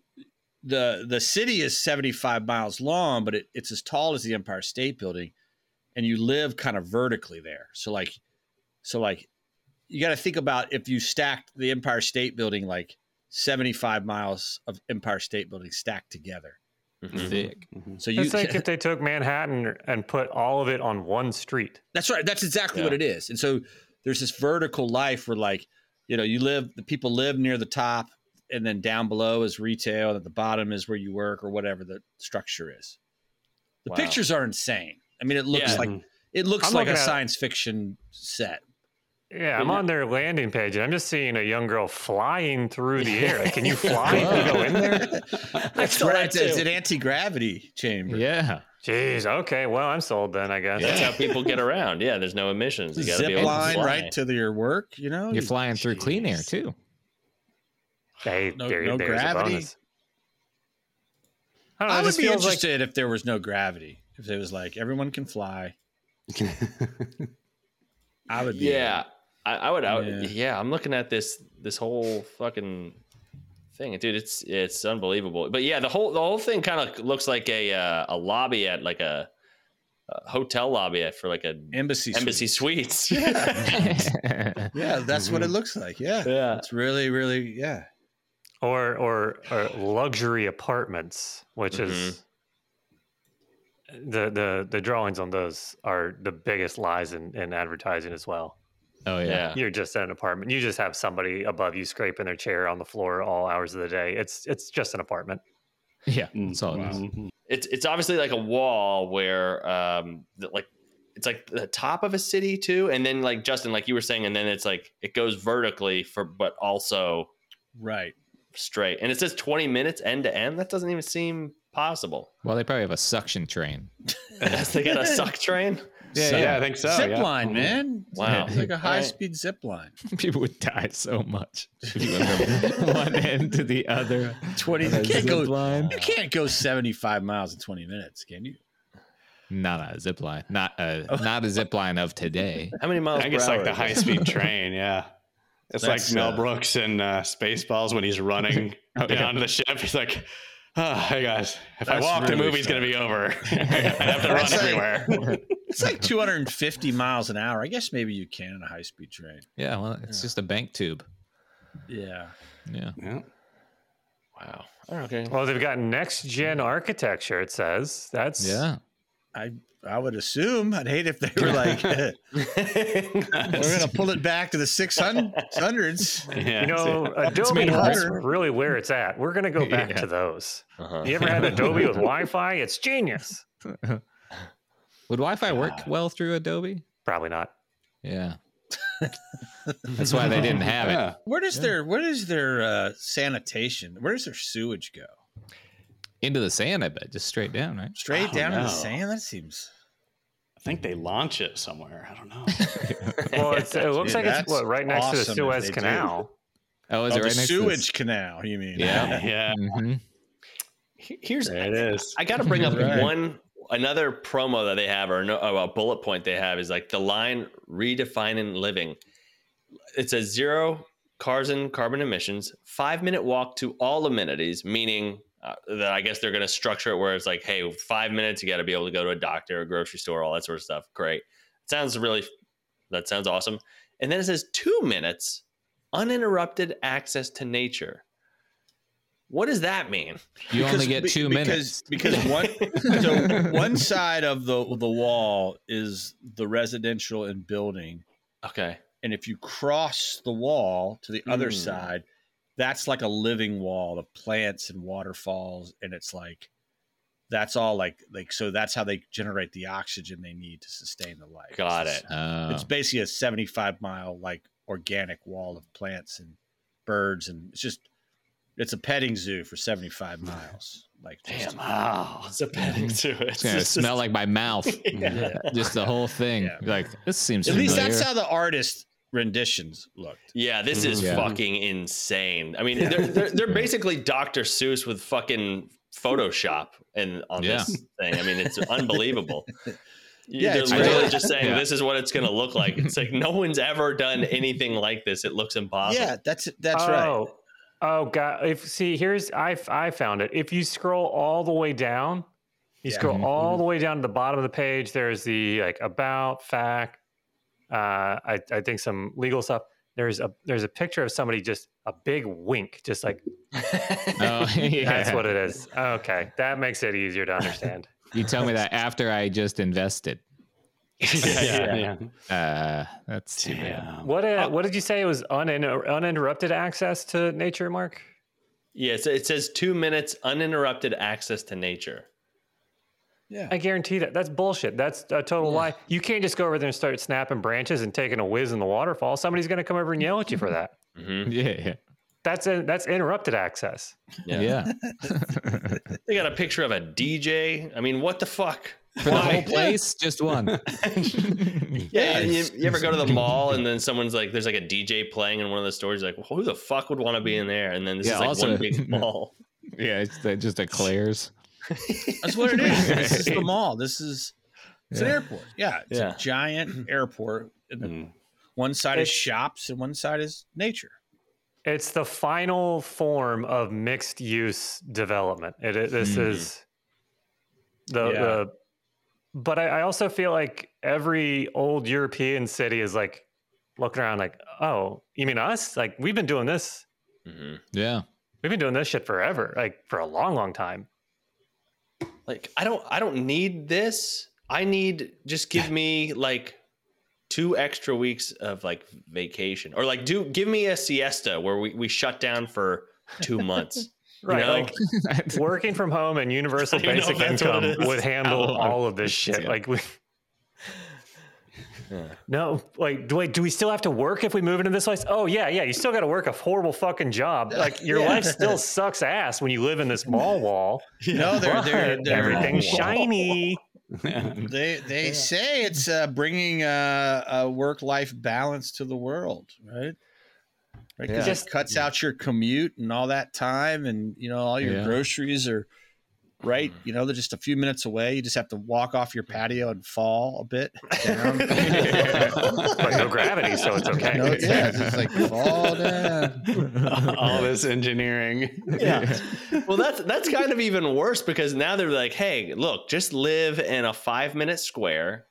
Speaker 5: the the city is 75 miles long but it, it's as tall as the empire state building and you live kind of vertically there so like so like you got to think about if you stacked the empire state building like 75 miles of empire state building stacked together
Speaker 4: Mhm.
Speaker 2: Thick.
Speaker 5: so you
Speaker 1: It's like if they took Manhattan and put all of it on one street.
Speaker 5: That's right. That's exactly
Speaker 4: Yeah.
Speaker 5: what it is. And so there's this vertical life where, like, you know, you live, the people live near the top, and then down below is retail, and at the bottom is where you work or whatever the structure is. The
Speaker 4: Wow.
Speaker 5: pictures are insane. I mean, it looks
Speaker 4: Yeah.
Speaker 5: like it looks
Speaker 1: I'm
Speaker 5: like a
Speaker 1: looking at-
Speaker 5: science fiction set.
Speaker 1: Yeah, I'm
Speaker 4: Yeah.
Speaker 1: on their landing page and I'm just seeing a young girl flying through the air. Like, can you fly
Speaker 2: Whoa.
Speaker 1: and
Speaker 4: Oh,
Speaker 1: go in there?
Speaker 5: That's
Speaker 4: saw
Speaker 5: right.
Speaker 4: that
Speaker 5: It's
Speaker 4: too.
Speaker 5: an anti gravity chamber.
Speaker 2: Yeah.
Speaker 1: Jeez, okay. Well, I'm sold then, I guess.
Speaker 4: That's how people get around. Yeah, there's no emissions. You got to be
Speaker 5: Zip
Speaker 4: able to
Speaker 5: line
Speaker 4: fly.
Speaker 5: right to the- your work. You know,
Speaker 2: You're flying through clean air
Speaker 5: Jeez.
Speaker 2: too.
Speaker 1: Hey,
Speaker 5: No-
Speaker 1: there,
Speaker 5: no
Speaker 1: there's
Speaker 5: gravity?
Speaker 1: a bonus. I, don't know,
Speaker 5: I
Speaker 1: it
Speaker 5: would
Speaker 1: just
Speaker 5: be
Speaker 1: feels like-
Speaker 5: interested if there was no gravity. If it was like everyone can fly, I would. Be
Speaker 4: yeah I, I would I would yeah.
Speaker 5: Yeah.
Speaker 4: i'm looking at this this whole fucking thing dude it's it's unbelievable but yeah the whole the whole thing kind of looks like a uh, a lobby at like a, a hotel lobby at for like a
Speaker 5: embassy. suite.
Speaker 4: embassy suites
Speaker 5: Yeah, that's what it looks like. Yeah.
Speaker 4: yeah
Speaker 5: It's really, really, yeah.
Speaker 1: or, or or luxury apartments, which is the, the the drawings on those are the biggest lies in, in advertising as well.
Speaker 2: oh yeah.
Speaker 4: yeah
Speaker 1: You're just in an apartment. You just have somebody above you scraping their chair on the floor all hours of the day. It's it's just an apartment.
Speaker 2: Yeah.
Speaker 3: Mm.
Speaker 2: That's all it is.
Speaker 3: Mhm.
Speaker 4: it's it's obviously like a wall where um th- like it's like the top of a city too and then like justin like you were saying and then it's like it goes vertically for but also
Speaker 5: Right.
Speaker 4: straight and it says 20 minutes end to end that doesn't even seem possible
Speaker 2: Well, they probably have a suction train.
Speaker 4: they got a suck train.
Speaker 3: Yeah, yeah, I think so.
Speaker 5: zip
Speaker 3: yeah. Mm-hmm.
Speaker 5: line, man.
Speaker 4: Wow.
Speaker 5: It's like a
Speaker 4: All
Speaker 5: high
Speaker 4: right.
Speaker 5: speed zip line.
Speaker 2: People would die so much if you went from one end to the other.
Speaker 5: 20,
Speaker 2: on a
Speaker 5: you can't,
Speaker 2: zip
Speaker 5: go,
Speaker 2: line.
Speaker 5: you can't go 75 miles in 20 minutes, can you?
Speaker 2: Not a zip line. Not a not a zip line of today.
Speaker 4: How many miles?
Speaker 3: I think it's
Speaker 4: per
Speaker 3: like
Speaker 4: hour
Speaker 3: the
Speaker 4: is
Speaker 3: high
Speaker 4: it?
Speaker 3: speed train. Yeah. It's
Speaker 5: That's,
Speaker 3: like Mel
Speaker 5: uh,
Speaker 3: Brooks in uh, Spaceballs when he's running
Speaker 2: Oh, yeah.
Speaker 3: down to the ship. He's like, oh, hey guys, if I
Speaker 5: That's
Speaker 3: walk, the
Speaker 5: really
Speaker 3: movie's going to be over. I have to run
Speaker 5: That's like-
Speaker 3: everywhere.
Speaker 5: It's like 250 miles an hour. I guess maybe you can in a high speed train.
Speaker 2: Yeah, well, it's
Speaker 5: Yeah.
Speaker 2: just a bank tube.
Speaker 5: Yeah.
Speaker 2: Yeah.
Speaker 3: Yeah.
Speaker 4: Wow. Oh, okay.
Speaker 1: Well, they've got next gen architecture. It says that's
Speaker 2: Yeah.
Speaker 5: I I would assume. I'd hate if they were like, we're going to pull it back to the 600s.
Speaker 3: Yeah,
Speaker 1: You know, Adobe
Speaker 2: made
Speaker 1: is
Speaker 5: harder.
Speaker 1: really where it's at. We're gonna go back
Speaker 2: Yeah.
Speaker 1: to those.
Speaker 4: Uh-huh.
Speaker 1: You ever had Adobe with Wi-Fi? It's genius.
Speaker 2: Would Wi-Fi work well through Adobe?
Speaker 1: Probably not.
Speaker 2: Yeah. That's why they didn't have it.
Speaker 3: Yeah.
Speaker 5: Where does
Speaker 2: Yeah.
Speaker 5: their where does their uh, sanitation? Where does their sewage go?
Speaker 2: Into the sand, I bet, just straight down, right?
Speaker 5: Straight
Speaker 3: Oh,
Speaker 5: down in the
Speaker 3: no.
Speaker 5: sand? That seems.
Speaker 3: I think they launch it somewhere. I don't know.
Speaker 1: Well, it's, it looks like it's
Speaker 5: that's
Speaker 1: what right next to
Speaker 5: awesome
Speaker 1: the
Speaker 5: if
Speaker 1: Suez
Speaker 5: they do.
Speaker 1: Canal.
Speaker 2: Oh, is
Speaker 5: Oh,
Speaker 2: it
Speaker 5: the
Speaker 2: right next
Speaker 5: sewage
Speaker 2: to
Speaker 5: canal, you mean?
Speaker 2: Yeah.
Speaker 3: yeah.
Speaker 2: the... Mhm.
Speaker 4: He- Here's
Speaker 3: There it is.
Speaker 4: I got to bring up
Speaker 5: Right.
Speaker 4: one another promo that they have or no, oh, a bullet point they have is like the line redefining living. it says zero cars and carbon emissions, five minute walk to all amenities, meaning uh, that I guess they're going to structure it where it's like, hey, five minutes, you got to be able to go to a doctor, a grocery store, all that sort of stuff. Great. sounds really, that sounds awesome. And then it says two minutes, uninterrupted access to nature. What does that mean?
Speaker 2: You only get
Speaker 5: be-
Speaker 2: two
Speaker 5: because,
Speaker 2: minutes.
Speaker 5: Because one so one side of the the wall is the residential and building.
Speaker 4: Okay.
Speaker 5: And if you cross the wall to the other
Speaker 4: Mm.
Speaker 5: side, that's like a living wall of plants and waterfalls. And it's like that's all like like so that's how they generate the oxygen they need to sustain the life.
Speaker 4: Got
Speaker 5: It's-
Speaker 4: it.
Speaker 2: Oh.
Speaker 5: It's basically a 75 mile like organic wall of plants and birds and it's just it's a petting zoo for 75 miles. Like just-
Speaker 4: Damn. Wow. It's a petting to it.
Speaker 2: ah, mm-hmm. It's gonna smell like mm-hmm. my mouth.
Speaker 4: Yeah.
Speaker 2: Just the whole thing.
Speaker 5: Yeah.
Speaker 2: Like this seems.
Speaker 5: At least
Speaker 2: familiar.
Speaker 5: that's how the artist renditions looked.
Speaker 4: Yeah, this is
Speaker 2: Mm-hmm. Yeah.
Speaker 4: fucking insane. I mean, they're, they're, they're basically Dr. Seuss with fucking Photoshop and on
Speaker 2: Yeah.
Speaker 4: this thing. I mean, it's unbelievable.
Speaker 5: Yeah,
Speaker 4: they're
Speaker 5: it's
Speaker 4: literally
Speaker 5: really-
Speaker 4: just saying
Speaker 2: Yeah.
Speaker 4: this is what it's going to look like. It's like no one's ever done anything like this. It looks impossible.
Speaker 5: Yeah, that's that's right.
Speaker 1: oh, Oh god! If see, here's I I found it. If you scroll all the way down, you
Speaker 5: Yeah.
Speaker 1: scroll
Speaker 2: Mhm.
Speaker 1: all the way down to the bottom of the page. There's the like about fact. Uh, I I think some legal stuff. There's a there's a picture of somebody just a big wink, just like
Speaker 2: Oh, yeah.
Speaker 1: that's what it is. Okay, that makes it easier to understand.
Speaker 2: You tell me that after I just invested.
Speaker 3: yeah, yeah.
Speaker 2: Uh, that's too bad.
Speaker 3: Damn.
Speaker 1: What
Speaker 5: Oh.
Speaker 1: uh, what did you say? It was uninter- uninterrupted access to nature, Mark.
Speaker 4: Yeah, so it says two minutes uninterrupted access to nature.
Speaker 5: Yeah.
Speaker 1: I guarantee that. That's bullshit. That's a total lie. You can't just go over there and start snapping branches and taking a whiz in the waterfall. Somebody's going to come over and yell at you for that.
Speaker 4: Mhm.
Speaker 2: Yeah,
Speaker 1: That's a, that's interrupted access.
Speaker 2: yeah,
Speaker 4: Yeah.
Speaker 2: yeah.
Speaker 4: They got a picture of a DJ. I mean, what the fuck?
Speaker 2: For the whole place, just one.
Speaker 4: Yeah, and you,
Speaker 5: it's-
Speaker 4: you ever go to the mall and then someone's like, there's like a DJ playing in one of the stores. You're like, who the fuck would want to be in there? And then this
Speaker 2: Yeah,
Speaker 4: is like
Speaker 2: also-
Speaker 4: one big mall.
Speaker 2: Yeah, it's that just declares.
Speaker 5: That's what it is. This is the mall. This is it's an
Speaker 2: Yeah.
Speaker 5: airport. Yeah, it's
Speaker 4: Yeah.
Speaker 5: a giant airport. And then
Speaker 3: Mm.
Speaker 5: One side is
Speaker 1: It's-
Speaker 5: shops and one side is nature.
Speaker 1: It's the final form of mixed use development. It, it- this
Speaker 2: Hmm.
Speaker 1: is the,
Speaker 5: Yeah.
Speaker 1: the but I, I also feel like every old European city is like looking around like, oh, you mean us? Like we've been doing this.
Speaker 4: Mhm.
Speaker 2: Yeah,
Speaker 1: We've been doing this shit forever, like for a long, long time.
Speaker 4: Like, I don't, I don't need this. I need just give me like two extra weeks of like vacation, or like do give me a siesta where we we shut down for two months.
Speaker 1: Right.
Speaker 4: know?
Speaker 1: Like working from home and universal
Speaker 4: I don't know if
Speaker 1: basic
Speaker 4: that's what
Speaker 1: income
Speaker 4: it is.
Speaker 1: would handle
Speaker 2: Oh,
Speaker 1: all of this shit.
Speaker 2: yeah.
Speaker 1: Like we
Speaker 4: Yeah.
Speaker 1: no, like do wait, do we still have to work if we move into this place? Oh yeah, yeah. You still gotta work a horrible fucking job. Like your
Speaker 5: Yeah.
Speaker 1: life still sucks ass when you live in this mall wall.
Speaker 5: No, they're they're,
Speaker 1: but
Speaker 5: they're
Speaker 1: everything's
Speaker 5: shiny.
Speaker 1: shiny.
Speaker 5: They they say it's uh, bringing uh, a work life balance to the world, right? Right, 'cause
Speaker 1: Yeah.
Speaker 5: it
Speaker 1: Just-
Speaker 5: cuts out your commute and all that time, and you know all your
Speaker 2: Yeah.
Speaker 5: groceries are right.
Speaker 4: Mm.
Speaker 5: You know they're just a few minutes away. You just have to walk off your patio and fall a bit down.
Speaker 1: But no gravity, so it's okay.
Speaker 5: No, yeah, it's just like fall down.
Speaker 3: All this engineering.
Speaker 4: yeah. well, that's that's kind of even worse because now they're like, hey, look, just live in a five minute square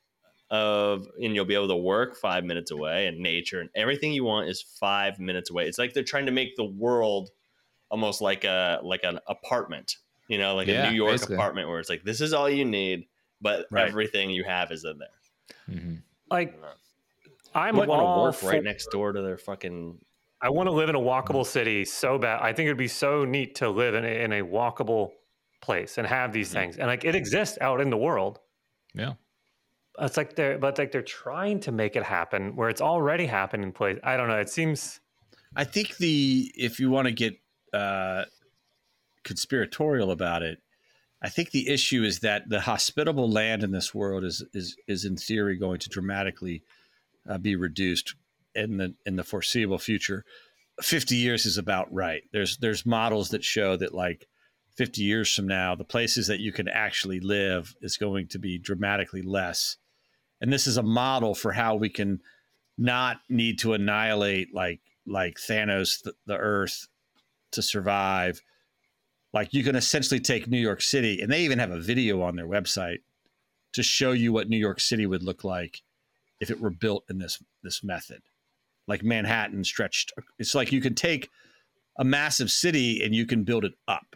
Speaker 4: of, and you'll be able to work five minutes away, and nature and everything you want is five minutes away. It's like they're trying to make the world almost like a like an apartment, you know, like
Speaker 2: Yeah,
Speaker 4: a New York
Speaker 2: basically.
Speaker 4: apartment where it's like this is all you need, but
Speaker 5: Right.
Speaker 4: everything you have is in there.
Speaker 2: Mhm.
Speaker 1: Like
Speaker 4: I
Speaker 1: I'm
Speaker 4: want to
Speaker 1: all
Speaker 4: work
Speaker 1: for
Speaker 4: right next door to their fucking.
Speaker 1: I want to live in a walkable city so bad. I think it'd be so neat to live in a, in a walkable place and have these
Speaker 4: Mhm.
Speaker 1: things. And like it exists out in the world.
Speaker 2: Mm-hmm. yeah.
Speaker 1: It's like they're but like they're trying to make it happen where it's already happened in place. I don't know. It seems
Speaker 5: I think the if you want to get uh, conspiratorial about it, I think the issue is that the hospitable land in this world is is is in theory going to dramatically uh, be reduced in the in the foreseeable future. Fifty years is about right. There's there's models that show that like. 50 years from now, the places that you can actually live is going to be dramatically less. And this is a model for how we can not need to annihilate like like Thanos the, the Earth to survive. Like you can essentially take New York City, and they even have a video on their website to show you what New York City would look like if it were built in this this method. Like Manhattan stretched, it's like you can take a massive city and you can build it up,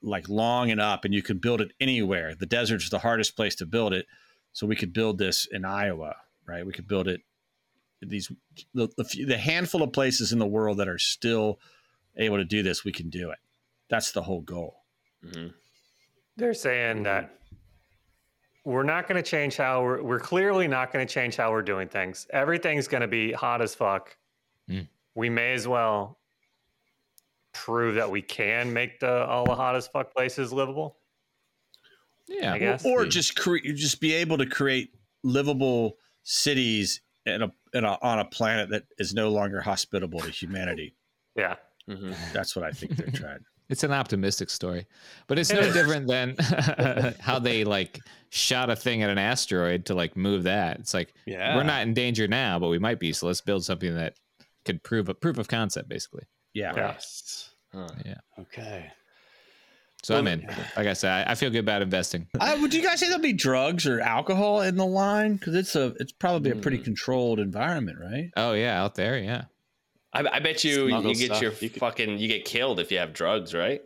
Speaker 5: like long and up, and you can build it anywhere. The desert's the hardest place to build it, so we could build this in Iowa, right? We could build it these the, the, few, the handful of places in the world that are still able to do this, we can do it. That's the whole goal.
Speaker 4: hmm
Speaker 1: They're saying that
Speaker 2: Mm-hmm.
Speaker 1: we're not going to change how we're, we're clearly not going to change how we're doing things. Everything's going to be hot as fuck.
Speaker 2: Mm.
Speaker 1: We may as well prove that we can make the all the hot as fuck places livable.
Speaker 2: Yeah,
Speaker 1: I guess.
Speaker 5: or
Speaker 2: the-
Speaker 5: just create just be able to create livable cities in a, in a, on a planet that is no longer hospitable to humanity
Speaker 1: Yeah.
Speaker 4: hmm
Speaker 5: that's what i think they're trying
Speaker 2: It's an optimistic story, but it's
Speaker 1: It
Speaker 2: no
Speaker 1: is.
Speaker 2: different than how they like shot a thing at an asteroid to like move that. It's like
Speaker 3: Yeah.
Speaker 2: we're not in danger now, but we might be. So let's build something that could prove a proof of concept, basically.
Speaker 5: yeah
Speaker 1: Yeah.
Speaker 3: Yes.
Speaker 2: Yeah.
Speaker 3: Okay.
Speaker 2: So I'm in. Like I said, I, I feel good about investing.
Speaker 5: I, would you guys say there'll be drugs or alcohol in the line because it's a it's probably a pretty
Speaker 4: Hmm.
Speaker 5: controlled environment right
Speaker 2: Oh yeah, out there, yeah.
Speaker 4: I, I bet you
Speaker 3: Smuggle
Speaker 4: you get
Speaker 3: stuff.
Speaker 4: your
Speaker 3: You could-
Speaker 4: fucking you get killed if you have drugs, right?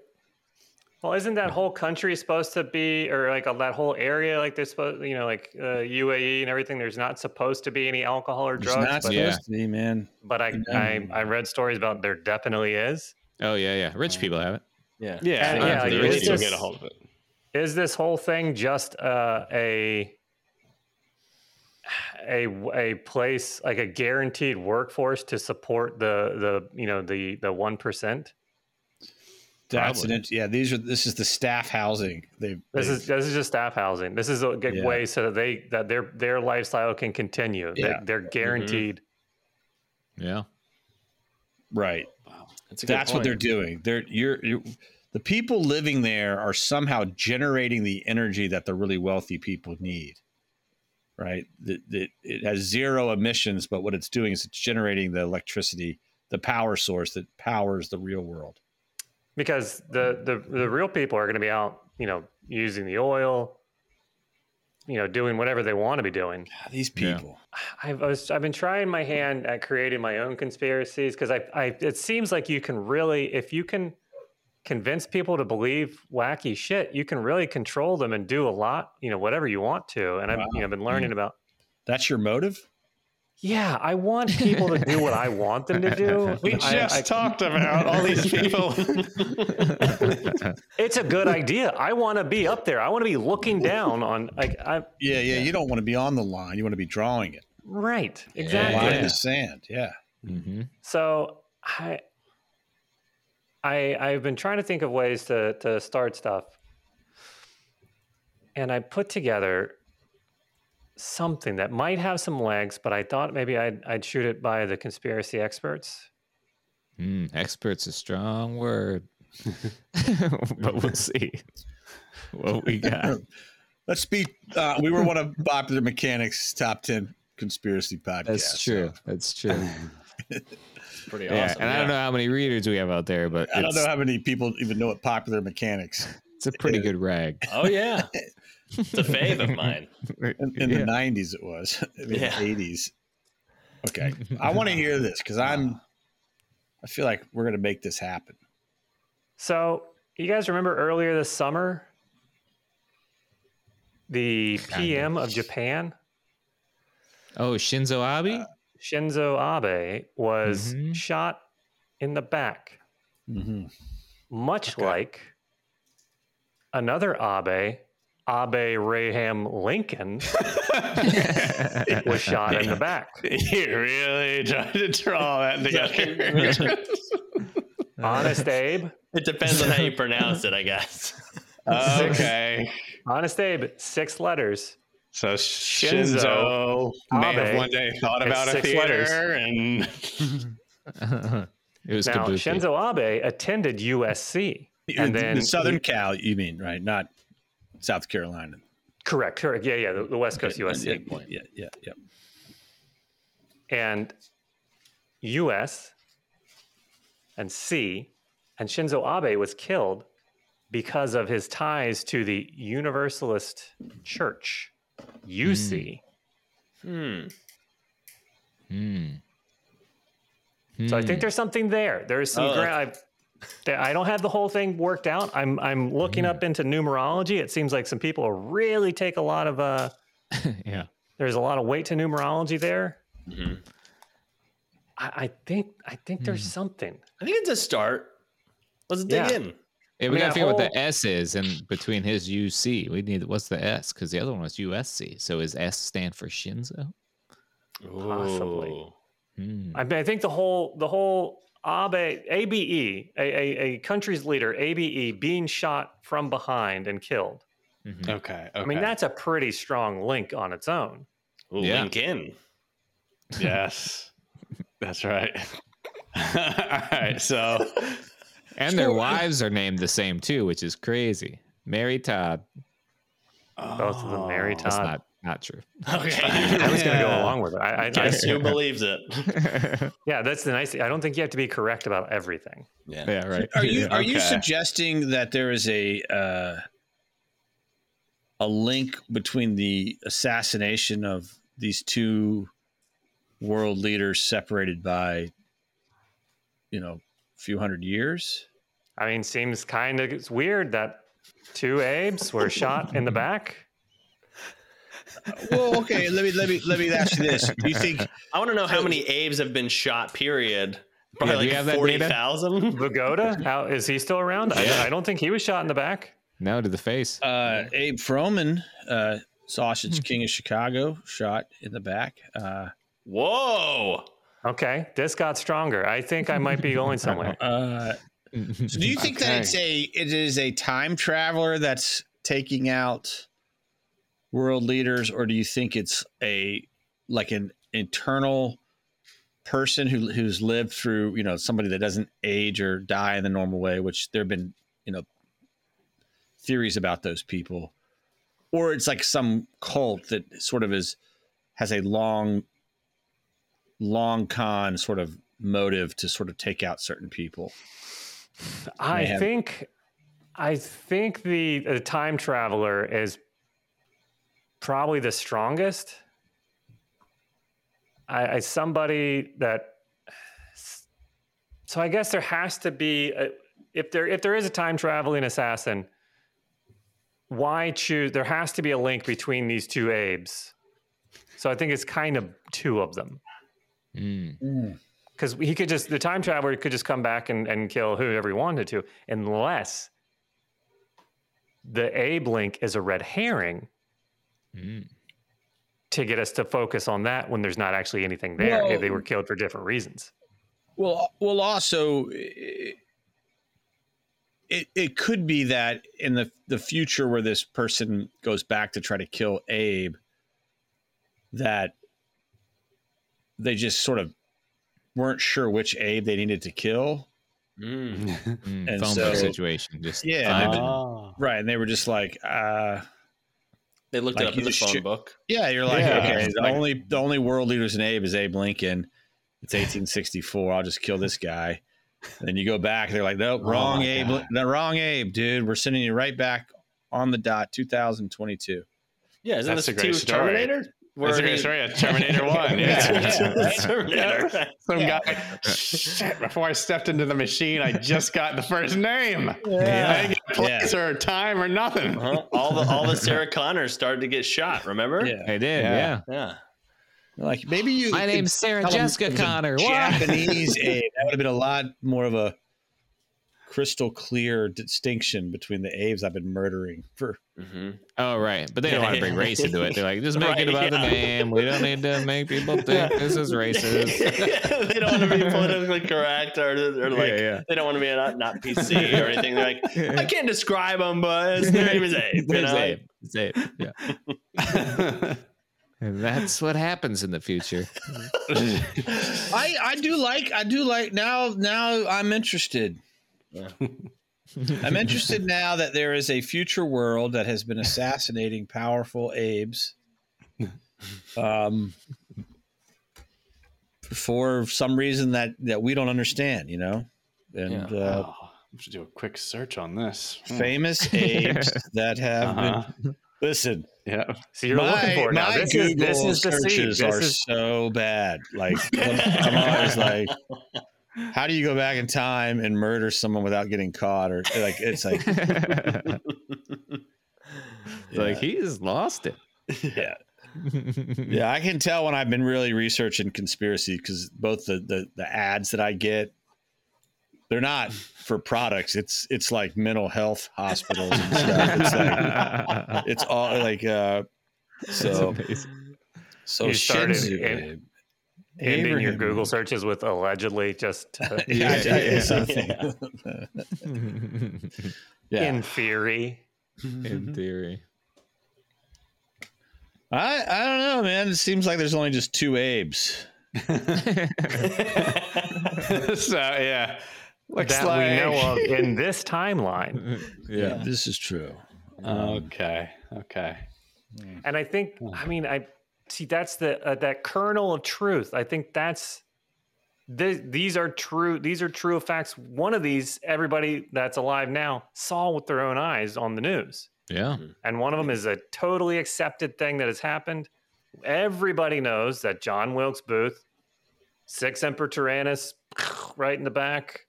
Speaker 1: Well, isn't that whole country supposed to be, or like uh, that whole area, like they're supposed, you know, like uh, UAE and everything? There's not supposed to be any alcohol or
Speaker 5: it's
Speaker 1: drugs,
Speaker 5: not
Speaker 1: but,
Speaker 5: supposed
Speaker 2: Yeah.
Speaker 5: to be man
Speaker 1: but I, I I read stories about there definitely is.
Speaker 2: Oh yeah, yeah. Rich people have it.
Speaker 4: Yeah.
Speaker 3: Yeah.
Speaker 1: And,
Speaker 3: I
Speaker 1: yeah,
Speaker 3: think
Speaker 1: like,
Speaker 3: they
Speaker 1: it's
Speaker 3: still
Speaker 1: just-
Speaker 3: get a hold of it.
Speaker 1: Is this whole thing just uh, a a a place like a guaranteed workforce to support the the you know the the one percent?
Speaker 5: that's an
Speaker 2: Probably.
Speaker 5: int- yeah these are this is the staff housing they
Speaker 1: This is this is just staff housing. This is a good
Speaker 5: Yeah.
Speaker 1: way so that they that their their lifestyle can continue.
Speaker 5: Yeah. Mm-hmm.
Speaker 1: They, are guaranteed.
Speaker 2: Yeah.
Speaker 5: right
Speaker 4: That's, a good
Speaker 5: that's what they're
Speaker 4: point.
Speaker 5: doing they're you're, you the people living there are somehow generating the energy that the really wealthy people need right the, the, it has zero emissions but what it's doing is it's generating the electricity the power source that powers the real world
Speaker 1: because the the the real people are going to be out, you know, using the oil, you know, doing whatever they want to be doing.
Speaker 5: these
Speaker 2: Yeah.
Speaker 5: people
Speaker 1: I've I was, I've been trying my hand at creating my own conspiracies because I I it seems like you can really if you can convince people to believe wacky shit, you can really control them and do a lot, you know, whatever you want to. And I've you know been
Speaker 5: Mm-hmm.
Speaker 1: learning about
Speaker 5: that's your motive
Speaker 1: yeah, I want people to do what I want them to do.
Speaker 3: We
Speaker 1: I-
Speaker 3: just
Speaker 1: I-
Speaker 3: talked about all these people.
Speaker 1: it's a good idea. I want to be up there. I want to be looking down on like I
Speaker 5: yeah yeah you don't want to be on the line you want to be drawing it
Speaker 1: right
Speaker 5: line
Speaker 1: exactly.
Speaker 5: in the sand yeah
Speaker 2: hmm
Speaker 1: So I, I, I've been trying to think of ways to to start stuff, and I put together something that might have some legs, but I thought maybe I'd I'd shoot it by the conspiracy experts.
Speaker 2: Mm, expert's a strong word, but we'll see what we got.
Speaker 5: let's be uh, we were one of popular mechanics top 10 conspiracy podcasts
Speaker 2: That's true. That's true.
Speaker 4: Pretty
Speaker 2: Yeah,
Speaker 4: awesome.
Speaker 2: and I don't know how many readers we have out there, but
Speaker 5: I don't
Speaker 2: it's,
Speaker 5: know how many people even know what popular mechanics
Speaker 2: it's a pretty good rag.
Speaker 4: Oh yeah. It's a fave of mine.
Speaker 5: in, in
Speaker 2: Yeah.
Speaker 5: the 90s it was in
Speaker 4: Yeah.
Speaker 5: the 80s okay i want to hear this because i'm i feel like we're gonna make this happen
Speaker 1: So you guys remember earlier this summer, the
Speaker 2: Kinda.
Speaker 1: PM of Japan
Speaker 2: Oh, Shinzo Abe?
Speaker 1: Shinzo Abe was
Speaker 2: Mhm.
Speaker 1: shot in the back. much like another Abe, Abe Raham Lincoln, was shot in the back.
Speaker 3: you really tried to draw that together.
Speaker 1: Honest Abe,
Speaker 4: It depends on how you pronounce it, I guess.
Speaker 3: okay.
Speaker 1: Honest Abe, six letters.
Speaker 3: So Shinzo, may have
Speaker 1: Abe
Speaker 3: one day thought
Speaker 1: has
Speaker 3: about a
Speaker 1: six
Speaker 3: theater
Speaker 1: letters.
Speaker 3: and
Speaker 2: it was
Speaker 1: now,
Speaker 2: Kabuki.
Speaker 1: Shinzo Abe attended USC.
Speaker 5: and
Speaker 1: And then
Speaker 5: the southern
Speaker 1: he-
Speaker 5: cal you mean right not south carolina
Speaker 1: correct, correct. Yeah, yeah, the, the West Coast
Speaker 5: yeah,
Speaker 1: USC.
Speaker 5: yeah yeah yeah
Speaker 1: and US and C. And Shinzo Abe was killed because of his ties to the Universalist Church, UC.
Speaker 4: Hmm.
Speaker 2: Hmm.
Speaker 1: So I
Speaker 2: Hmm.
Speaker 1: think there's something there. There is some.
Speaker 4: Oh,
Speaker 1: gra- I, there- I don't have the whole thing worked out. I'm I'm looking
Speaker 2: Hmm.
Speaker 1: up into numerology. It seems like some people really take a lot of. Uh,
Speaker 2: Hmm. yeah.
Speaker 1: there's a lot of weight to numerology there.
Speaker 4: Mhm.
Speaker 1: I, I think I think there's something.
Speaker 4: I think it's a start. Let's dig
Speaker 1: Yeah.
Speaker 4: in.
Speaker 2: Yeah,
Speaker 1: I
Speaker 2: we
Speaker 1: mean,
Speaker 2: gotta
Speaker 1: that
Speaker 2: figure out what
Speaker 1: whole-
Speaker 2: the S is and between his UC. We need what's the S because the other one was USC. So is S stand for Shinzo?
Speaker 1: Possibly.
Speaker 4: Ooh.
Speaker 2: Hmm.
Speaker 1: I mean, I think the whole the whole Abe ABE a, a, a country's leader ABE being shot from behind and killed.
Speaker 2: Mhm.
Speaker 3: Okay.
Speaker 1: I mean, that's a pretty strong link on its own.
Speaker 4: Ooh,
Speaker 2: Yeah.
Speaker 4: Link in.
Speaker 3: yes. That's right. All right. So
Speaker 2: And their wives are named the same too, which is crazy. Mary Todd.
Speaker 1: Both of
Speaker 3: Oh,
Speaker 1: them marry
Speaker 2: That's
Speaker 1: Todd.
Speaker 2: not not true.
Speaker 4: Okay.
Speaker 1: I was going to go
Speaker 3: Yeah.
Speaker 1: along with it. I, I, I,
Speaker 4: Guess who believes it?
Speaker 1: yeah, that's the nice. thing. I don't think you have to be correct about everything.
Speaker 2: yeah, right.
Speaker 5: Are you are you
Speaker 3: Okay.
Speaker 5: suggesting that there is a uh, a link between the assassination of these two world leaders separated by you know a few hundred years?
Speaker 1: I mean, seems kind of weird that two Abes were shot in the back.
Speaker 5: Well, okay, let me let me let me ask you this. Do you think
Speaker 4: I want to know how many Aves have been shot, period.
Speaker 2: Yeah, do
Speaker 4: Probably
Speaker 2: you have that
Speaker 4: like
Speaker 2: data?
Speaker 4: 40,000.
Speaker 1: Vagoda, how is he still around?
Speaker 2: Yeah.
Speaker 1: I, I don't think he was shot in the back.
Speaker 2: No to the face.
Speaker 5: uh, Abe Froman, uh, Sausage King of Chicago, shot in the back? Uh,
Speaker 4: Whoa.
Speaker 1: Okay, this got stronger. I think I might be going somewhere.
Speaker 5: uh, So do you think that it's a it is a time traveler that's taking out world leaders, or do you think it's a like an internal person who who's lived through you know somebody that doesn't age or die in the normal way, which there have been you know theories about those people, or it's like some cult that sort of is has a long long con sort of motive to sort of take out certain people.
Speaker 1: I
Speaker 5: Man.
Speaker 1: think, I think the, the time traveler is probably the strongest. I, I somebody that. So I guess there has to be a, if there if there is a time traveling assassin. Why choose? There has to be a link between these two Abe's. So I think it's kind of two of them
Speaker 2: Mm.
Speaker 1: because he could just the time traveler could just come back and, and kill whoever he wanted to unless the abe link is a red herring
Speaker 2: Mm.
Speaker 1: to get us to focus on that when there's not actually anything there
Speaker 5: Well-
Speaker 1: they were killed for different reasons
Speaker 5: Well, well, also, i- it it could be that in the the future where this person goes back to try to kill Abe, that they just sort of weren't sure which Abe they needed to kill,
Speaker 4: Mm.
Speaker 2: Mm.
Speaker 5: And
Speaker 2: Phone
Speaker 5: so-
Speaker 2: book situation. Just
Speaker 5: Yeah,
Speaker 2: find
Speaker 5: maybe-
Speaker 2: them.
Speaker 4: Uh,
Speaker 3: Oh.
Speaker 5: right? And they were just like, uh,
Speaker 4: They looked
Speaker 5: Like
Speaker 4: it up in
Speaker 5: you
Speaker 4: the phone
Speaker 5: should-
Speaker 4: book.
Speaker 5: yeah, you're like,
Speaker 3: Yeah.
Speaker 5: okay, the
Speaker 4: Like-
Speaker 5: only the only world leaders in Abe is Abe Lincoln. It's 1864. I'll just kill this guy. And then you go back. They're like, nope,
Speaker 3: Oh
Speaker 5: wrong
Speaker 3: my
Speaker 5: Abe.
Speaker 3: God.
Speaker 5: No, wrong Abe, dude. We're sending you right back on the dot, 2022.
Speaker 4: Yeah, isn't
Speaker 3: That's
Speaker 4: this
Speaker 3: a great
Speaker 4: two
Speaker 3: story.
Speaker 4: Terminator?
Speaker 3: That's a
Speaker 4: he-
Speaker 3: great story. Yeah, Terminator One. Yeah.
Speaker 4: Terminator.
Speaker 3: Some guy. Shit! Before I stepped into the machine, I just got the first name. I
Speaker 5: Yeah.
Speaker 3: didn't get place or time or nothing.
Speaker 4: Uh-huh. All the all the Sarah Connors started to get shot. Remember?
Speaker 2: They did,
Speaker 3: Yeah.
Speaker 2: yeah.
Speaker 4: Yeah.
Speaker 5: Like, maybe you.
Speaker 2: My
Speaker 5: could
Speaker 2: name's Sarah
Speaker 5: tell 'em
Speaker 2: Jessica
Speaker 5: it was a
Speaker 2: Connor. What?
Speaker 5: Japanese Abe. That would have been a lot more of a crystal clear distinction between the Abe's I've been murdering for.
Speaker 4: hmm
Speaker 2: Oh right, but they don't
Speaker 4: Yeah.
Speaker 2: want to bring race into it. They're like, just make
Speaker 4: Right,
Speaker 2: it about the
Speaker 4: yeah.
Speaker 2: name. We don't need to make people think this is racist.
Speaker 4: they don't want to be politically correct or, or like
Speaker 2: Yeah, yeah.
Speaker 4: they don't want to be not, not PC or anything. They're like, I can't describe them, but his name is Abe. You
Speaker 2: It's
Speaker 4: know?
Speaker 2: Abe. It's Abe. Yeah. And that's what happens in the future.
Speaker 5: I, I do like I do like now now I'm interested. I'm interested now that there is a future world that has been assassinating powerful Abe's. Um, for some reason that that we don't understand, you know. And
Speaker 4: Yeah.
Speaker 5: uh,
Speaker 3: oh, we should do a quick search on this. Hmm.
Speaker 5: famous apes that have
Speaker 3: Uh-huh.
Speaker 5: been. Listen,
Speaker 3: Yeah.
Speaker 1: So you're looking for it now.
Speaker 5: my
Speaker 1: This
Speaker 5: Google
Speaker 1: is this is the seed.
Speaker 5: searches
Speaker 1: This
Speaker 5: are
Speaker 1: is
Speaker 5: so bad. Like I'm always like, how do you go back in time and murder someone without getting caught? Or like it's like
Speaker 2: Like he's lost it.
Speaker 5: yeah. Yeah, I can tell when I've been really researching conspiracy because both the, the the ads that I get, they're not for products. It's it's like mental health hospitals and stuff. It's like it's all like uh so so
Speaker 1: You started
Speaker 5: Shinzu,
Speaker 1: in-
Speaker 5: babe.
Speaker 1: ending your
Speaker 5: Abraham.
Speaker 1: Google searches with allegedly just to-
Speaker 5: Yeah, I- I-
Speaker 2: Yeah, yeah.
Speaker 5: something. Yeah.
Speaker 1: in theory. Mm-hmm.
Speaker 2: in theory.
Speaker 5: I I don't know, man. It seems like there's only just two Abes.
Speaker 3: so yeah. Looks
Speaker 1: that
Speaker 3: like
Speaker 1: we know of in this timeline.
Speaker 2: yeah.
Speaker 5: this is true. Um,
Speaker 2: Um,
Speaker 3: Okay. Okay.
Speaker 1: And I think, I mean, I see that's the uh, that kernel of truth. I think that's th- these are true. These are true facts. One of these, everybody that's alive now saw with their own eyes on the news,
Speaker 2: Yeah.
Speaker 1: and one of them is a totally accepted thing that has happened. Everybody knows that John Wilkes Booth, six Emperor Tyrannus, right in the back,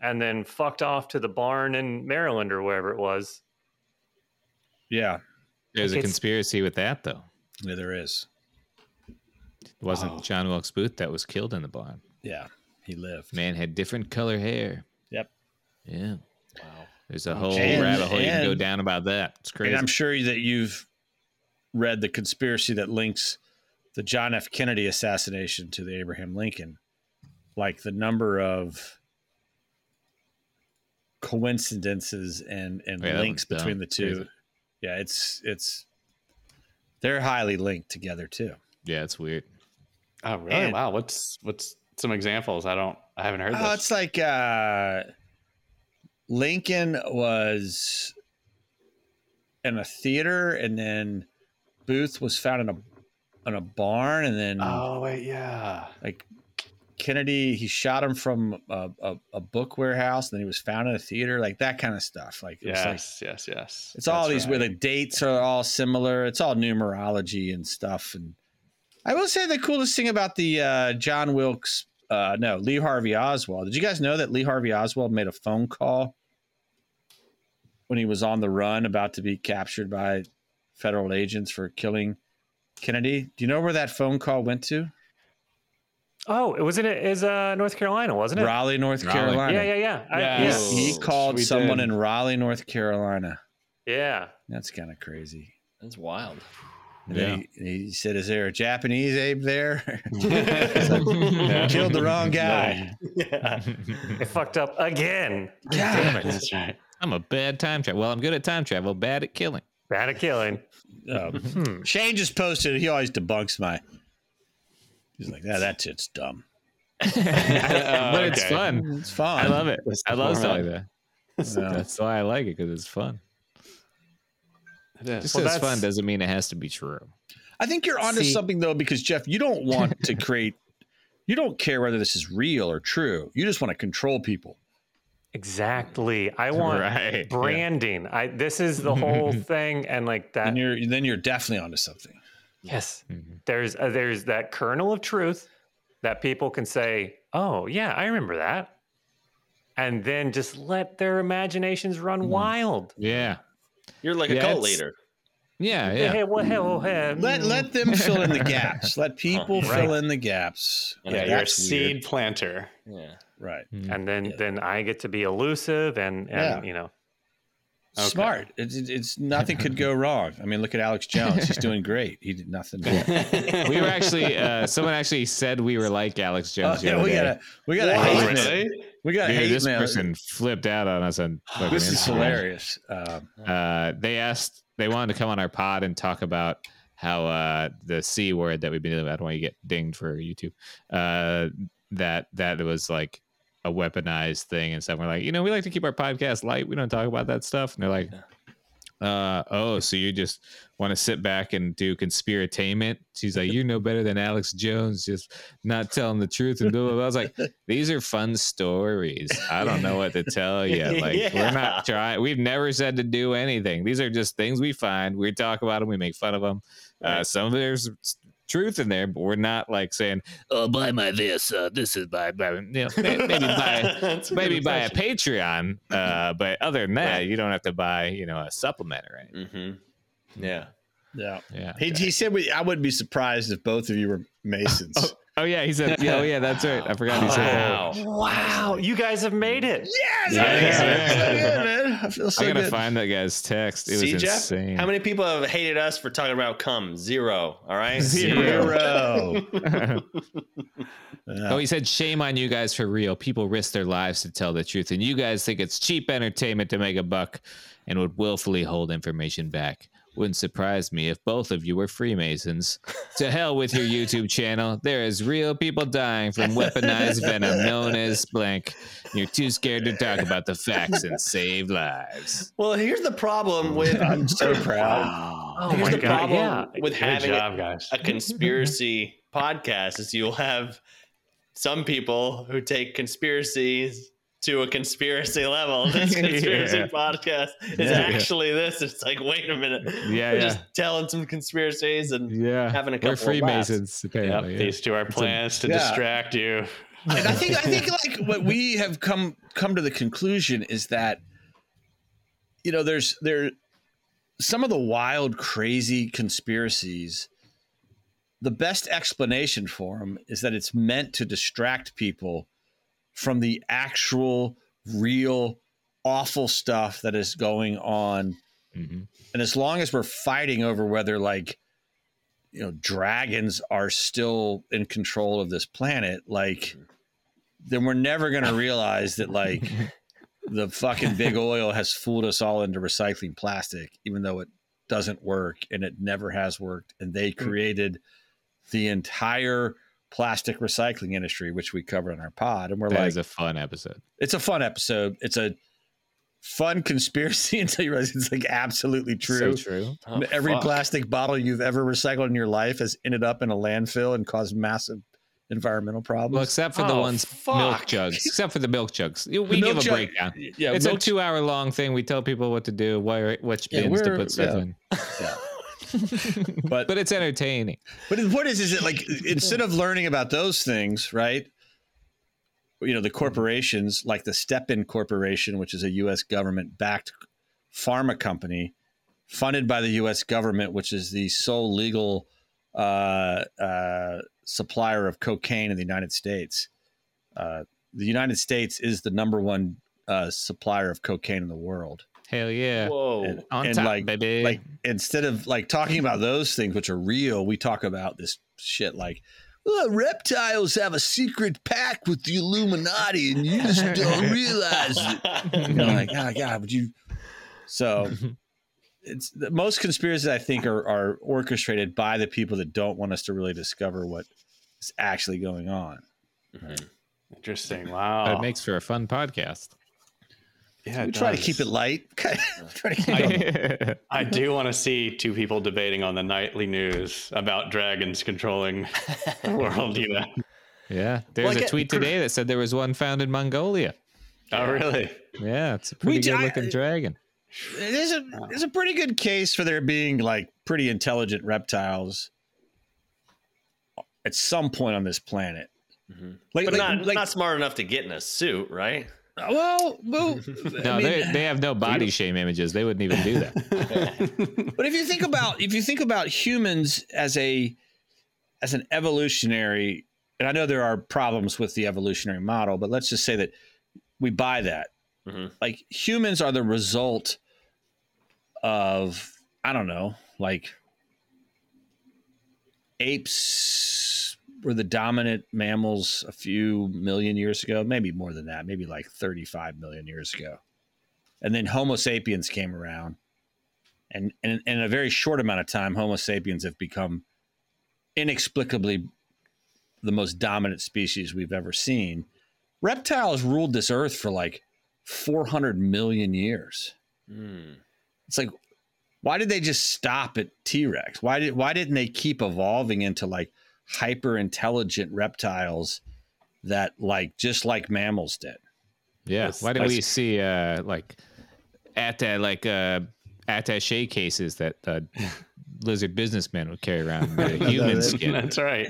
Speaker 1: and then fucked off to the barn in Maryland or wherever it was.
Speaker 5: Yeah.
Speaker 2: There's a
Speaker 1: It's-
Speaker 2: conspiracy with that though.
Speaker 5: Yeah, there is.
Speaker 2: It wasn't
Speaker 3: Oh.
Speaker 2: John Wilkes Booth that was killed in the barn.
Speaker 5: Yeah. He lived.
Speaker 2: Man had different color hair.
Speaker 5: Yep.
Speaker 2: Yeah. There's a whole
Speaker 5: And-
Speaker 2: rabbit hole you can go
Speaker 5: and-
Speaker 2: down about that. It's crazy.
Speaker 5: And I'm sure that you've read the conspiracy that links the John F. Kennedy assassination to the Abraham Lincoln. Like the number of coincidences and, and
Speaker 2: Yeah, that
Speaker 5: links
Speaker 2: one's dumb.
Speaker 5: between the two.
Speaker 2: Crazy.
Speaker 5: Yeah, it's it's they're highly linked together too.
Speaker 2: yeah, it's weird.
Speaker 3: Oh really?
Speaker 5: And-
Speaker 3: wow. What's what's some examples? I don't. I haven't heard
Speaker 5: Oh,
Speaker 3: this.
Speaker 5: it's like uh, Lincoln was in a theater, and then Booth was found in a in a barn, and then
Speaker 3: Oh wait, yeah.
Speaker 5: like Kennedy, he shot him from a, a, a book warehouse, and then he was found in a theater, like that kind of stuff. Like it was like
Speaker 3: Yes, yes, yes.
Speaker 5: it's all
Speaker 3: That's
Speaker 5: these where
Speaker 3: right.
Speaker 5: the dates are all similar. It's all numerology and stuff. And I will say the coolest thing about the uh, John Wilkes, uh, no, Lee Harvey Oswald. Did you guys know that Lee Harvey Oswald made a phone call when he was on the run, about to be captured by federal agents for killing Kennedy? Do you know where that phone call went to?
Speaker 1: Oh, it wasn't it is uh, North Carolina, wasn't it?
Speaker 5: Raleigh, North
Speaker 2: Raleigh.
Speaker 5: Carolina.
Speaker 1: Yeah, yeah, yeah. I-
Speaker 3: Yeah.
Speaker 1: yeah.
Speaker 5: He- He,
Speaker 4: Oh,
Speaker 5: called
Speaker 3: we
Speaker 5: someone
Speaker 3: did.
Speaker 5: in Raleigh, North Carolina.
Speaker 1: Yeah.
Speaker 5: That's kind of crazy.
Speaker 4: That's wild.
Speaker 5: And then he, he said, "Is there a Japanese ape there?
Speaker 3: Yeah.
Speaker 5: Killed the wrong guy."
Speaker 4: Yeah.
Speaker 1: It fucked up again.
Speaker 5: God.
Speaker 3: That's right.
Speaker 2: I'm a bad time travel. Well, I'm good at time travel, bad at killing.
Speaker 1: Bad at killing.
Speaker 5: Um,
Speaker 1: Hmm.
Speaker 5: Shane just posted. He always debunks my. He's like, "Yeah, that shit's dumb. Oh,
Speaker 2: but it's
Speaker 3: okay.
Speaker 2: fun.
Speaker 5: It's fine."
Speaker 2: I love it.
Speaker 3: That's
Speaker 2: I love
Speaker 3: the
Speaker 2: stuff
Speaker 3: format.
Speaker 2: like that.
Speaker 5: Yeah.
Speaker 2: That's why I like it because it's fun.
Speaker 3: It is.
Speaker 2: Just
Speaker 1: Well, that's-
Speaker 2: because fun doesn't mean it has to be true.
Speaker 5: I think you're onto
Speaker 2: See-
Speaker 5: something though, because Jeff, you don't want to create. You don't care whether this is real or true. You just want to control people.
Speaker 1: Exactly. I want
Speaker 2: Right, yeah.
Speaker 1: branding. I this is the whole thing and like that.
Speaker 5: And you're then you're definitely onto something.
Speaker 1: Yes.
Speaker 2: Mhm.
Speaker 1: There's uh, there's that kernel of truth that people can say, "Oh, yeah, I remember that." And then just let their imaginations run
Speaker 2: Hmm.
Speaker 1: wild.
Speaker 2: Yeah.
Speaker 4: You're like a
Speaker 2: Yeah,
Speaker 4: cult
Speaker 2: it's-
Speaker 4: leader.
Speaker 2: Yeah.
Speaker 1: Hey,
Speaker 2: Yeah.
Speaker 1: Hey, what hell, hey,
Speaker 5: Let
Speaker 1: mm.
Speaker 5: let them fill in the gaps. Let people
Speaker 1: Right.
Speaker 5: fill in the gaps.
Speaker 4: Yeah,
Speaker 3: Yeah,
Speaker 5: Like,
Speaker 3: you're a
Speaker 5: that's
Speaker 3: seed
Speaker 5: weird.
Speaker 3: planter.
Speaker 4: Yeah.
Speaker 5: right?
Speaker 1: and then then I get to be elusive and and
Speaker 5: Yeah.
Speaker 1: you know,
Speaker 3: Okay.
Speaker 5: Smart. It's, it's- it's nothing could go wrong. I mean, look at Alex Jones. He's doing great. He did nothing.
Speaker 2: we were actually, uh, someone actually said we were like Alex
Speaker 5: Oh,
Speaker 2: Jones. the
Speaker 5: yeah,
Speaker 2: other
Speaker 5: we
Speaker 2: day.
Speaker 5: got a we got a
Speaker 3: Oh,
Speaker 5: hate
Speaker 3: really?
Speaker 5: mail. We got a
Speaker 2: Dude,
Speaker 5: hate
Speaker 2: this
Speaker 5: mail.
Speaker 2: person flipped out on us on fucking
Speaker 5: This is
Speaker 2: Instagram.
Speaker 5: hilarious. Um,
Speaker 2: Uh, they asked, they wanted to come on our pod and talk about how uh, the c word that we've been doing. I don't want you to get dinged for YouTube. Uh, that that was like a weaponized thing and stuff. We're like, you know, we like to keep our podcast light. We don't talk about that stuff. And they're like, Uh, oh, so you just want to sit back and do conspiratainment? She's like, you know better than Alex Jones, just not telling the truth. And blah, blah, blah. I was like, these are fun stories. I don't know what to tell you. Like, we're
Speaker 4: Yeah.
Speaker 2: not trying. We've never said to do anything. These are just things we find. We talk about them. We make fun of them. Uh, some there's truth in there, but we're not like saying, oh, buy my this. Uh, this is my, my. You know, may- maybe buy
Speaker 4: That's a good
Speaker 2: maybe buy a
Speaker 4: obsession.
Speaker 2: Patreon, uh, but other than that, you don't have to buy you know a supplement or anything.
Speaker 4: Mhm. Yeah.
Speaker 5: Yeah.
Speaker 2: Yeah.
Speaker 5: He, he said, we, I wouldn't be surprised if both of you were Masons.
Speaker 2: Oh yeah, he said. Yeah, oh yeah, that's right. I forgot
Speaker 4: Oh.
Speaker 2: he said that.
Speaker 4: Wow.
Speaker 2: Ah,
Speaker 1: Wow, you guys have made it.
Speaker 5: Yes.
Speaker 2: Yeah,
Speaker 5: I, feel
Speaker 2: yeah.
Speaker 5: so good, man. I feel so
Speaker 2: I gotta
Speaker 5: good.
Speaker 2: find that guy's text. It was
Speaker 4: See, Jeff,
Speaker 2: insane.
Speaker 4: how many people have hated us for talking about cum? Zero. All right.
Speaker 2: Zero.
Speaker 5: Zero.
Speaker 2: oh, he said, "Shame on you guys for real. People risk their lives to tell the truth, and you guys think it's cheap entertainment to make a buck, and would willfully hold information back. Wouldn't surprise me if both of you were Freemasons. to hell with your YouTube channel. There is real people dying from weaponized venom known as blank. You're too scared to talk about the facts and save lives.
Speaker 4: Well, here's the problem with
Speaker 5: I'm so proud.
Speaker 3: Wow.
Speaker 1: Oh
Speaker 4: here's
Speaker 1: my
Speaker 4: the
Speaker 1: god!
Speaker 4: problem
Speaker 1: Yeah,
Speaker 4: with
Speaker 3: Good
Speaker 4: having a,
Speaker 3: job, guys.
Speaker 4: a conspiracy podcast is you'll have some people who take conspiracies to a conspiracy level. This conspiracy
Speaker 2: Yeah.
Speaker 4: podcast is
Speaker 2: Yeah.
Speaker 4: actually this. It's like, wait a minute.
Speaker 2: Yeah,
Speaker 4: We're
Speaker 2: yeah.
Speaker 4: just telling some conspiracies and
Speaker 2: Yeah,
Speaker 4: having a couple
Speaker 2: we're
Speaker 4: of laughs.
Speaker 2: Freemasons
Speaker 3: Yep,
Speaker 2: apparently. yeah.
Speaker 3: These two are plans to
Speaker 5: Yeah.
Speaker 3: distract you.
Speaker 5: And I think I think like what we have come come to the conclusion is that you know there's there some of the wild crazy conspiracies the best explanation for them is that it's meant to distract people from the actual real awful stuff that is going on
Speaker 2: Mhm.
Speaker 5: and as long as we're fighting over whether like you know dragons are still in control of this planet
Speaker 2: Mm-hmm.
Speaker 5: like then we're never going to realize that like the fucking big oil has fooled us all into recycling plastic even though it doesn't work and it never has worked and they
Speaker 2: Mm.
Speaker 5: created the entire plastic recycling industry which we cover in our pod and we're
Speaker 2: That
Speaker 5: like
Speaker 2: was a fun episode.
Speaker 5: it's a fun episode it's a fun conspiracy until you realize it's like absolutely true
Speaker 2: So true.
Speaker 4: Oh,
Speaker 5: Every
Speaker 4: fuck.
Speaker 5: plastic bottle you've ever recycled in your life has ended up in a landfill and caused massive environmental
Speaker 2: Well,
Speaker 5: problems.
Speaker 2: except for the
Speaker 1: Oh,
Speaker 2: ones milk
Speaker 1: fuck.
Speaker 2: jugs. Except for the milk jugs. We
Speaker 5: The
Speaker 2: give
Speaker 5: milk
Speaker 2: a
Speaker 5: jug-
Speaker 2: breakdown.
Speaker 5: yeah,
Speaker 2: it's
Speaker 5: milk-
Speaker 2: a two-hour long thing. We tell people what to do, why, which
Speaker 5: Yeah,
Speaker 2: bins to
Speaker 5: we're-
Speaker 2: put stuff
Speaker 5: yeah.
Speaker 2: in.
Speaker 5: Yeah.
Speaker 2: but
Speaker 5: But-
Speaker 2: but it's entertaining.
Speaker 5: But the point is, is it like instead of learning about those things, right? You know, the corporations like the Step In Corporation, which is a U.S. government backed pharma company funded by the U.S. government, which is the sole legal uh, uh, supplier of cocaine in the United States. Uh, the United States is the number one uh, supplier of cocaine in the world
Speaker 2: Hell yeah,
Speaker 4: Whoa.
Speaker 5: And-
Speaker 2: on
Speaker 5: and
Speaker 2: top,
Speaker 5: like-
Speaker 2: baby.
Speaker 5: like instead of like talking about those things which are real we talk about this shit like "Oh, reptiles have a secret pact with the illuminati and you just don't realize it you know like oh god would you so it's the, most conspiracies i think are, are orchestrated by the people that don't want us to really discover what is actually going on
Speaker 3: Interesting.
Speaker 2: But
Speaker 3: Wow.
Speaker 5: uh,
Speaker 2: it makes for a fun podcast.
Speaker 3: yeah,
Speaker 5: we
Speaker 3: it
Speaker 5: try to
Speaker 3: does.
Speaker 5: keep it light We try to keep it-
Speaker 2: I,
Speaker 3: I do want to see two people debating on the nightly news about dragons controlling the world. You know? Oh,
Speaker 2: yeah, there's
Speaker 4: Well, I
Speaker 2: a
Speaker 5: uh,
Speaker 4: get-
Speaker 2: tweet today that said there was one found in Mongolia.
Speaker 3: Oh, really?
Speaker 2: Yeah, it's a pretty
Speaker 5: ju- uh,
Speaker 2: good looking dragon.
Speaker 5: there's a there's a pretty good case for there being like pretty intelligent reptiles at some point on this planet.
Speaker 4: Mhm.
Speaker 5: Like,
Speaker 4: But
Speaker 5: like,
Speaker 4: not
Speaker 5: like
Speaker 4: not smart enough to get in a suit, right?
Speaker 5: well, well
Speaker 2: No,
Speaker 5: I mean, uh,
Speaker 2: they they have no body shame images. They wouldn't even do that.
Speaker 5: but if you think about if you think about humans as a as an evolutionary, and I know there are problems with the evolutionary model, but let's just say that we buy that.
Speaker 4: Mhm.
Speaker 5: Like humans are the result of I don't know, like apes were the dominant mammals a few million years ago, maybe more than that, maybe like 35 million years ago. And then Homo sapiens came around. And, and in a very short amount of time, Homo sapiens have become inexplicably the most dominant species we've ever seen. Reptiles ruled this earth for like 400 million years.
Speaker 3: Hmm.
Speaker 4: Mm.
Speaker 5: It's like Why did they just stop at T Rex? Why did why didn't they keep evolving into like hyper intelligent reptiles that like just like mammals did?
Speaker 2: Yeah.
Speaker 1: That's-
Speaker 2: Why did we
Speaker 1: that's-
Speaker 2: see uh like at that like uh attaché cases that uh, lizard businessmen would carry around with the human skin?
Speaker 3: That's right.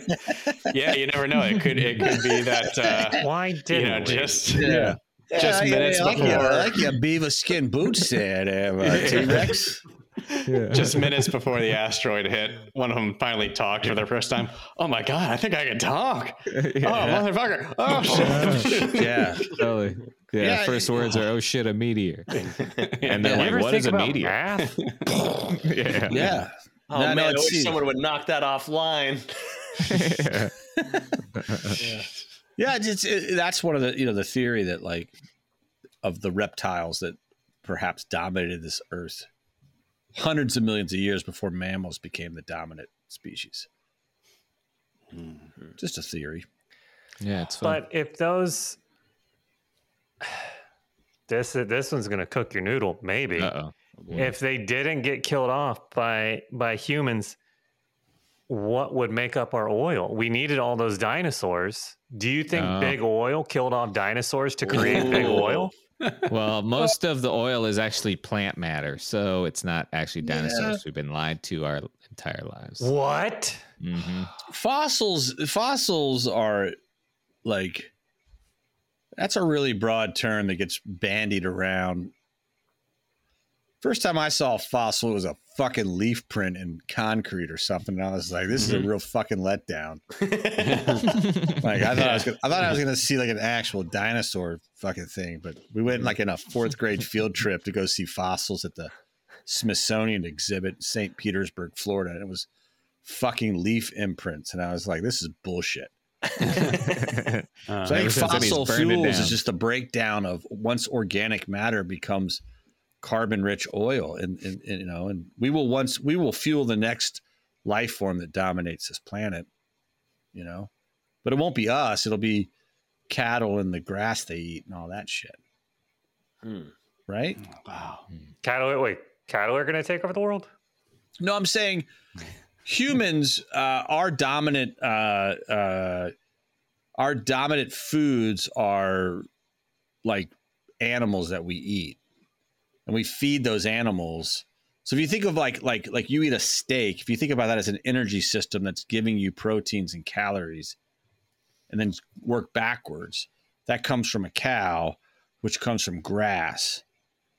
Speaker 3: Yeah, you never know. It could it could be that uh,
Speaker 1: Why
Speaker 3: you
Speaker 1: didn't
Speaker 3: know
Speaker 1: we?
Speaker 3: just
Speaker 5: Yeah.
Speaker 3: Just
Speaker 5: I-
Speaker 3: minutes
Speaker 5: I like
Speaker 3: before-
Speaker 5: your- I like your beaver skin boots there, there uh, T Rex.
Speaker 3: just minutes before the asteroid hit, one of them finally talked for the first time. Oh my god, I think I can talk. Oh motherfucker. Oh shit.
Speaker 5: Yeah.
Speaker 2: Totally. Yeah,
Speaker 5: Yeah,
Speaker 2: first words are "Oh shit, a meteor," and
Speaker 3: And
Speaker 2: they're
Speaker 1: You
Speaker 2: like,
Speaker 1: ever
Speaker 2: "What
Speaker 1: think
Speaker 2: is a
Speaker 1: about
Speaker 2: meteor?"
Speaker 1: math?
Speaker 2: yeah.
Speaker 5: Yeah.
Speaker 4: Oh
Speaker 5: No, no,
Speaker 4: man, I
Speaker 5: it's-
Speaker 4: wish someone would knock that offline.
Speaker 2: yeah.
Speaker 5: Yeah, it's, it's- it, that's one of the you know the theory that like of the reptiles that perhaps dominated this earth hundreds of millions of years before mammals became the dominant species.
Speaker 4: Hmm.
Speaker 5: Just a theory.
Speaker 2: Yeah, it's fun.
Speaker 1: But if those, this this one's gonna cook your noodle, maybe.
Speaker 2: Uh oh.
Speaker 1: If they didn't get killed off by by humans, what would make up our oil? We needed all those dinosaurs. Do you think
Speaker 2: Oh.
Speaker 1: big oil killed off dinosaurs to create big
Speaker 4: Ooh.
Speaker 1: oil?
Speaker 2: Well, most of the oil is actually plant matter, so it's not actually dinosaurs. We've been lied to our entire lives.
Speaker 1: What?
Speaker 2: hmm
Speaker 5: Fossils fossils are like that's a really broad term that gets bandied around. First time I saw a fossil, it was a fucking leaf print in concrete or something, and I was like, "This is a real fucking letdown." Like I thought I was gonna, I thought I was gonna see like an actual dinosaur fucking thing, but we went like in a fourth grade field trip to go see fossils at the Smithsonian exhibit in St. Petersburg, Florida, and it was fucking leaf imprints, and I was like, this is bullshit. So I
Speaker 2: ever
Speaker 5: think
Speaker 2: since then, he's
Speaker 5: fossil
Speaker 2: Uh, burned it
Speaker 5: fuels
Speaker 2: down.
Speaker 5: is just a breakdown of once organic matter becomes carbon-rich oil, and, and, and you know, and we will once we will fuel the next life form that dominates this planet, you know, but it won't be us; it'll be cattle and the grass they eat and all that shit,
Speaker 4: Hmm.
Speaker 5: right?
Speaker 3: wow.
Speaker 1: Cattle? Wait, cattle are gonna take over the world?
Speaker 5: No, I'm saying humans, uh, our dominant, uh, uh, our dominant foods are like animals that we eat, and we feed those animals. So if you think of like like like you eat a steak, if you think about that as an energy system that's giving you proteins and calories, and then work backwards, that comes from a cow, which comes from grass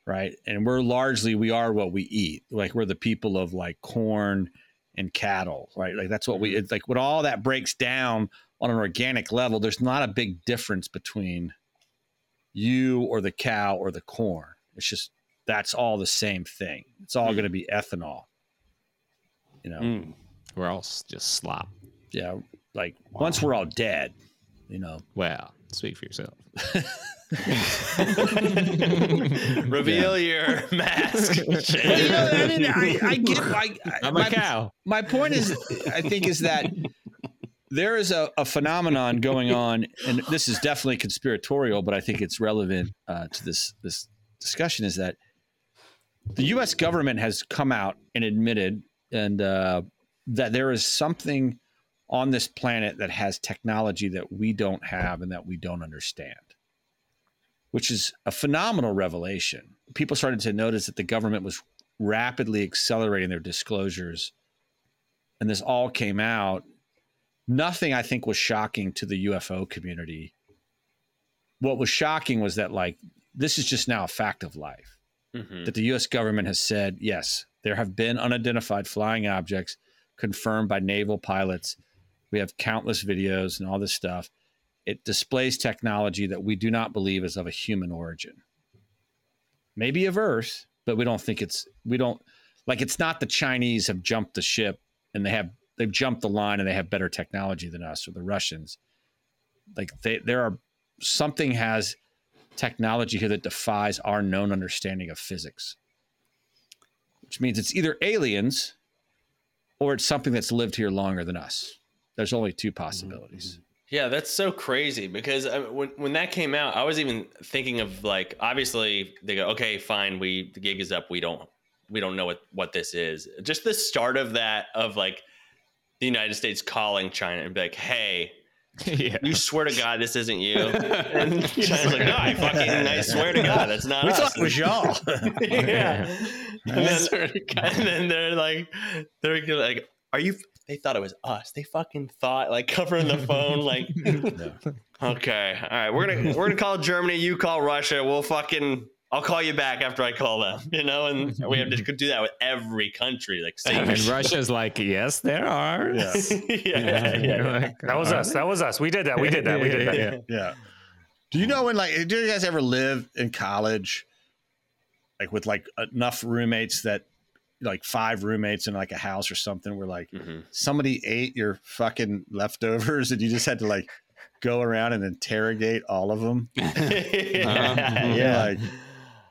Speaker 5: right? And we're largely we are what we eat. Like we're the people of like corn and cattle, right? Like that's what we it's like when all that breaks down on an organic level, there's not a big difference between you or the cow or the corn. It's just that's all the same thing. It's all going to be ethanol. You know.
Speaker 3: Mm.
Speaker 2: We're all s- just slop.
Speaker 5: Yeah, like once we're all dead, you know.
Speaker 2: Well, speak for yourself.
Speaker 4: Reveal your mask.
Speaker 5: You know, I, didn't- I, I get I, I-
Speaker 2: I'm
Speaker 5: my-
Speaker 2: a cow.
Speaker 5: my point is i think is that there is a, a phenomenon going on and this is definitely conspiratorial but i think it's relevant uh, to this this discussion is that the us government has come out and admitted and uh, that there is something on this planet that has technology that we don't have and that we don't understand which is a phenomenal revelation people started to notice that the government was rapidly accelerating their disclosures and this all came out, nothing I think was shocking to the UFO community. What was shocking was that, like, this is just now a fact of life
Speaker 4: Mhm.
Speaker 5: that the US government has said, yes, there have been unidentified flying objects confirmed by naval pilots. We have countless videos and all this stuff. It displays technology that we do not believe is of a human origin. Maybe of Earth, but we don't think it's, we don't, like, it's not the Chinese have jumped the ship and they have, they've jumped the line and they have better technology than us or the Russians. Like, they, there are, something has technology here that defies our known understanding of physics, which means it's either aliens or it's something that's lived here longer than us. There's only two possibilities.
Speaker 4: Yeah, that's so crazy because uh, when when that came out, I was even thinking of like obviously they go okay, fine, we the gig is up, we don't we don't know what what this is. Just the start of that of like the United States calling China and be like, hey,
Speaker 2: yeah.
Speaker 4: you swear to God this isn't you. And China's like, no, I fucking I swear to God that's not
Speaker 5: We
Speaker 4: us.
Speaker 5: thought it was y'all.
Speaker 4: yeah. And
Speaker 3: I
Speaker 4: then,
Speaker 3: swear to God.
Speaker 4: and then they're like, they're like, are you? They thought it was us. They fucking thought like covering the phone. Like, okay, all right, we're gonna we're gonna call Germany. You call Russia. We'll fucking. I'll call you back after I call them. You know, and we have to do that with every country. Like,
Speaker 2: And
Speaker 4: secret.
Speaker 2: Russia's like, yes, there are.
Speaker 5: Yeah.
Speaker 4: yeah, yeah,
Speaker 2: You're
Speaker 4: yeah.
Speaker 2: like,
Speaker 1: That was
Speaker 2: "Are
Speaker 1: us.
Speaker 2: they?"
Speaker 1: That was us. We did that. We did that. We did that.
Speaker 2: Yeah.
Speaker 5: Yeah. Do you know when like do you guys ever live in college like with like enough roommates that like five roommates in like a house or something where like
Speaker 4: Mhm.
Speaker 5: somebody ate your fucking leftovers and you just had to like go around and interrogate all of them?
Speaker 2: Uh-huh.
Speaker 4: yeah.
Speaker 5: Yeah. Like,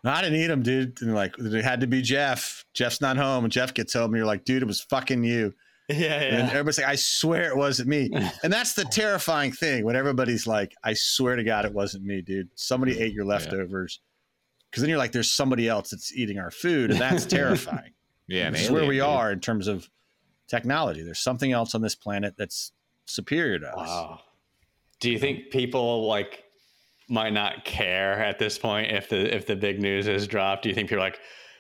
Speaker 5: "No, I didn't eat them, dude. And like it had to be Jeff. Jeff's not home. And Jeff gets home and you're like, dude, it was fucking you. And then
Speaker 4: yeah,
Speaker 5: everybody's like, I swear it wasn't me. And that's the terrifying thing when everybody's like, I swear to God, it wasn't me, dude. Somebody ate your leftovers. Because then you're like, there's somebody else that's eating our food. And that's terrifying.
Speaker 2: Yeah,
Speaker 5: Which is where we are in terms of technology. There's something else on this planet that's superior to us.
Speaker 3: Wow. Do you think people like might not care at this point if the if the big news is dropped? Do you think people are like,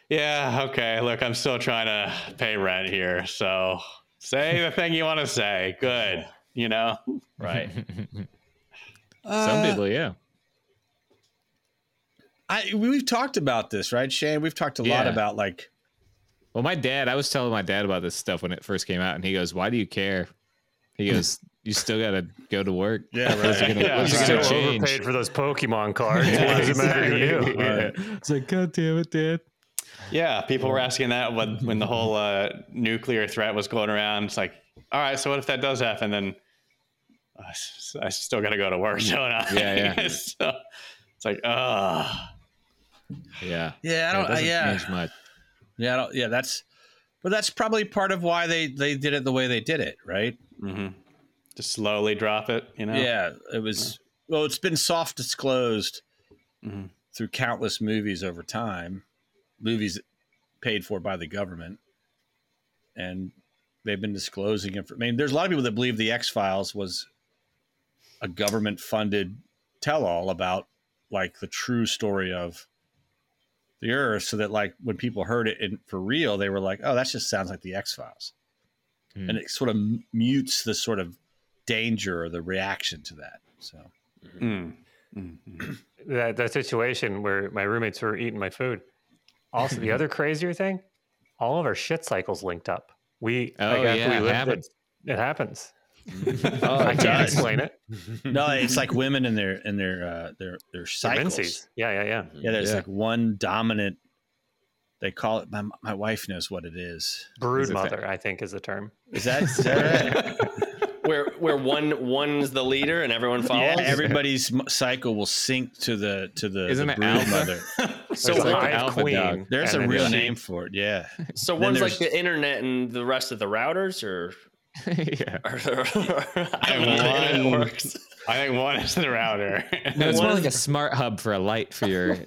Speaker 3: yeah, okay, look, I'm still trying to pay rent here, so say the thing you want to say. Good, you know.
Speaker 4: right.
Speaker 5: Uh,
Speaker 2: Some people, yeah.
Speaker 5: I, we- we've talked about this, right, Shane? We've talked a lot
Speaker 2: Yeah.
Speaker 5: about like,
Speaker 2: Well, my dad, I was telling my dad about this stuff when it first came out, and he goes, "Why do you care?" He goes, "You still got to go to work."
Speaker 5: Yeah, right.
Speaker 2: What's it gonna-
Speaker 3: Yeah.
Speaker 1: You
Speaker 2: what's it
Speaker 1: still
Speaker 2: gonna change?
Speaker 1: overpaid for those Pokemon cards. What does it matter to you?
Speaker 2: Exactly. Yeah. It's like, God damn it, Dad.
Speaker 3: Yeah, people were asking that when when the whole uh, nuclear threat was going around. It's like, all right, so what if that does happen? Then I s- I still got to go to work, don't I?
Speaker 2: Yeah, yeah.
Speaker 3: so, it's like, ah.
Speaker 2: Yeah.
Speaker 5: yeah,
Speaker 2: It doesn't change much.
Speaker 5: yeah, I don't, yeah, that's, but that's probably part of why they they did it the way they did it, right?
Speaker 4: Mm-hmm.
Speaker 3: hmm Just slowly drop it, you know.
Speaker 5: Yeah, it was. Well, it's been soft disclosed
Speaker 3: Mhm.
Speaker 5: through countless movies over time, movies paid for by the government, and they've been disclosing it. For, I mean, there's a lot of people that believe the X Files was a government-funded tell-all about like the true story of the Earth, so that like when people heard it in, for real, they were like, "Oh, that just sounds like the X Files,"
Speaker 2: Hmm.
Speaker 5: and it sort of mutes the sort of danger or the reaction to that. So
Speaker 3: Mm. Mm. Mm.
Speaker 1: that that situation where my roommates were eating my food. Also, the other crazier thing, all of our shit cycles linked up. We
Speaker 2: Oh,
Speaker 1: after
Speaker 2: yeah, it
Speaker 1: lived
Speaker 2: happens.
Speaker 1: It, it happens.
Speaker 3: mm.
Speaker 5: Oh,
Speaker 1: I
Speaker 5: it
Speaker 1: can't
Speaker 5: does.
Speaker 1: explain it.
Speaker 5: no, it's like women in their in their uh, their their cycles.
Speaker 1: Menses. Yeah, yeah, yeah.
Speaker 5: Yeah, there's
Speaker 2: Yeah.
Speaker 5: like one dominant. They call it. My, my wife knows what it is.
Speaker 1: Brood
Speaker 2: Is it that-
Speaker 1: mother, I think, is the term.
Speaker 5: Is that, is that right?
Speaker 4: Where where one one's the leader and everyone follows.
Speaker 5: yeah, everybody's m- cycle will sync to the to the,
Speaker 2: Isn't
Speaker 5: the
Speaker 2: it
Speaker 5: brood
Speaker 2: alpha?
Speaker 5: mother.
Speaker 4: so
Speaker 1: There's a
Speaker 2: what-
Speaker 1: hive
Speaker 2: Alpha
Speaker 1: queen
Speaker 2: dog.
Speaker 5: There's
Speaker 1: and
Speaker 5: a
Speaker 1: then
Speaker 5: real
Speaker 1: she-
Speaker 5: name for it. Yeah,
Speaker 4: So
Speaker 5: Then
Speaker 4: one's
Speaker 5: there's-
Speaker 4: like the internet and the rest of the routers, or,
Speaker 2: yeah.
Speaker 4: or, I don't know how the internet
Speaker 3: One-
Speaker 4: works.
Speaker 3: I think one is the router.
Speaker 2: No, it's
Speaker 4: One
Speaker 2: more
Speaker 4: is
Speaker 2: like a smart hub for a light for your. uh,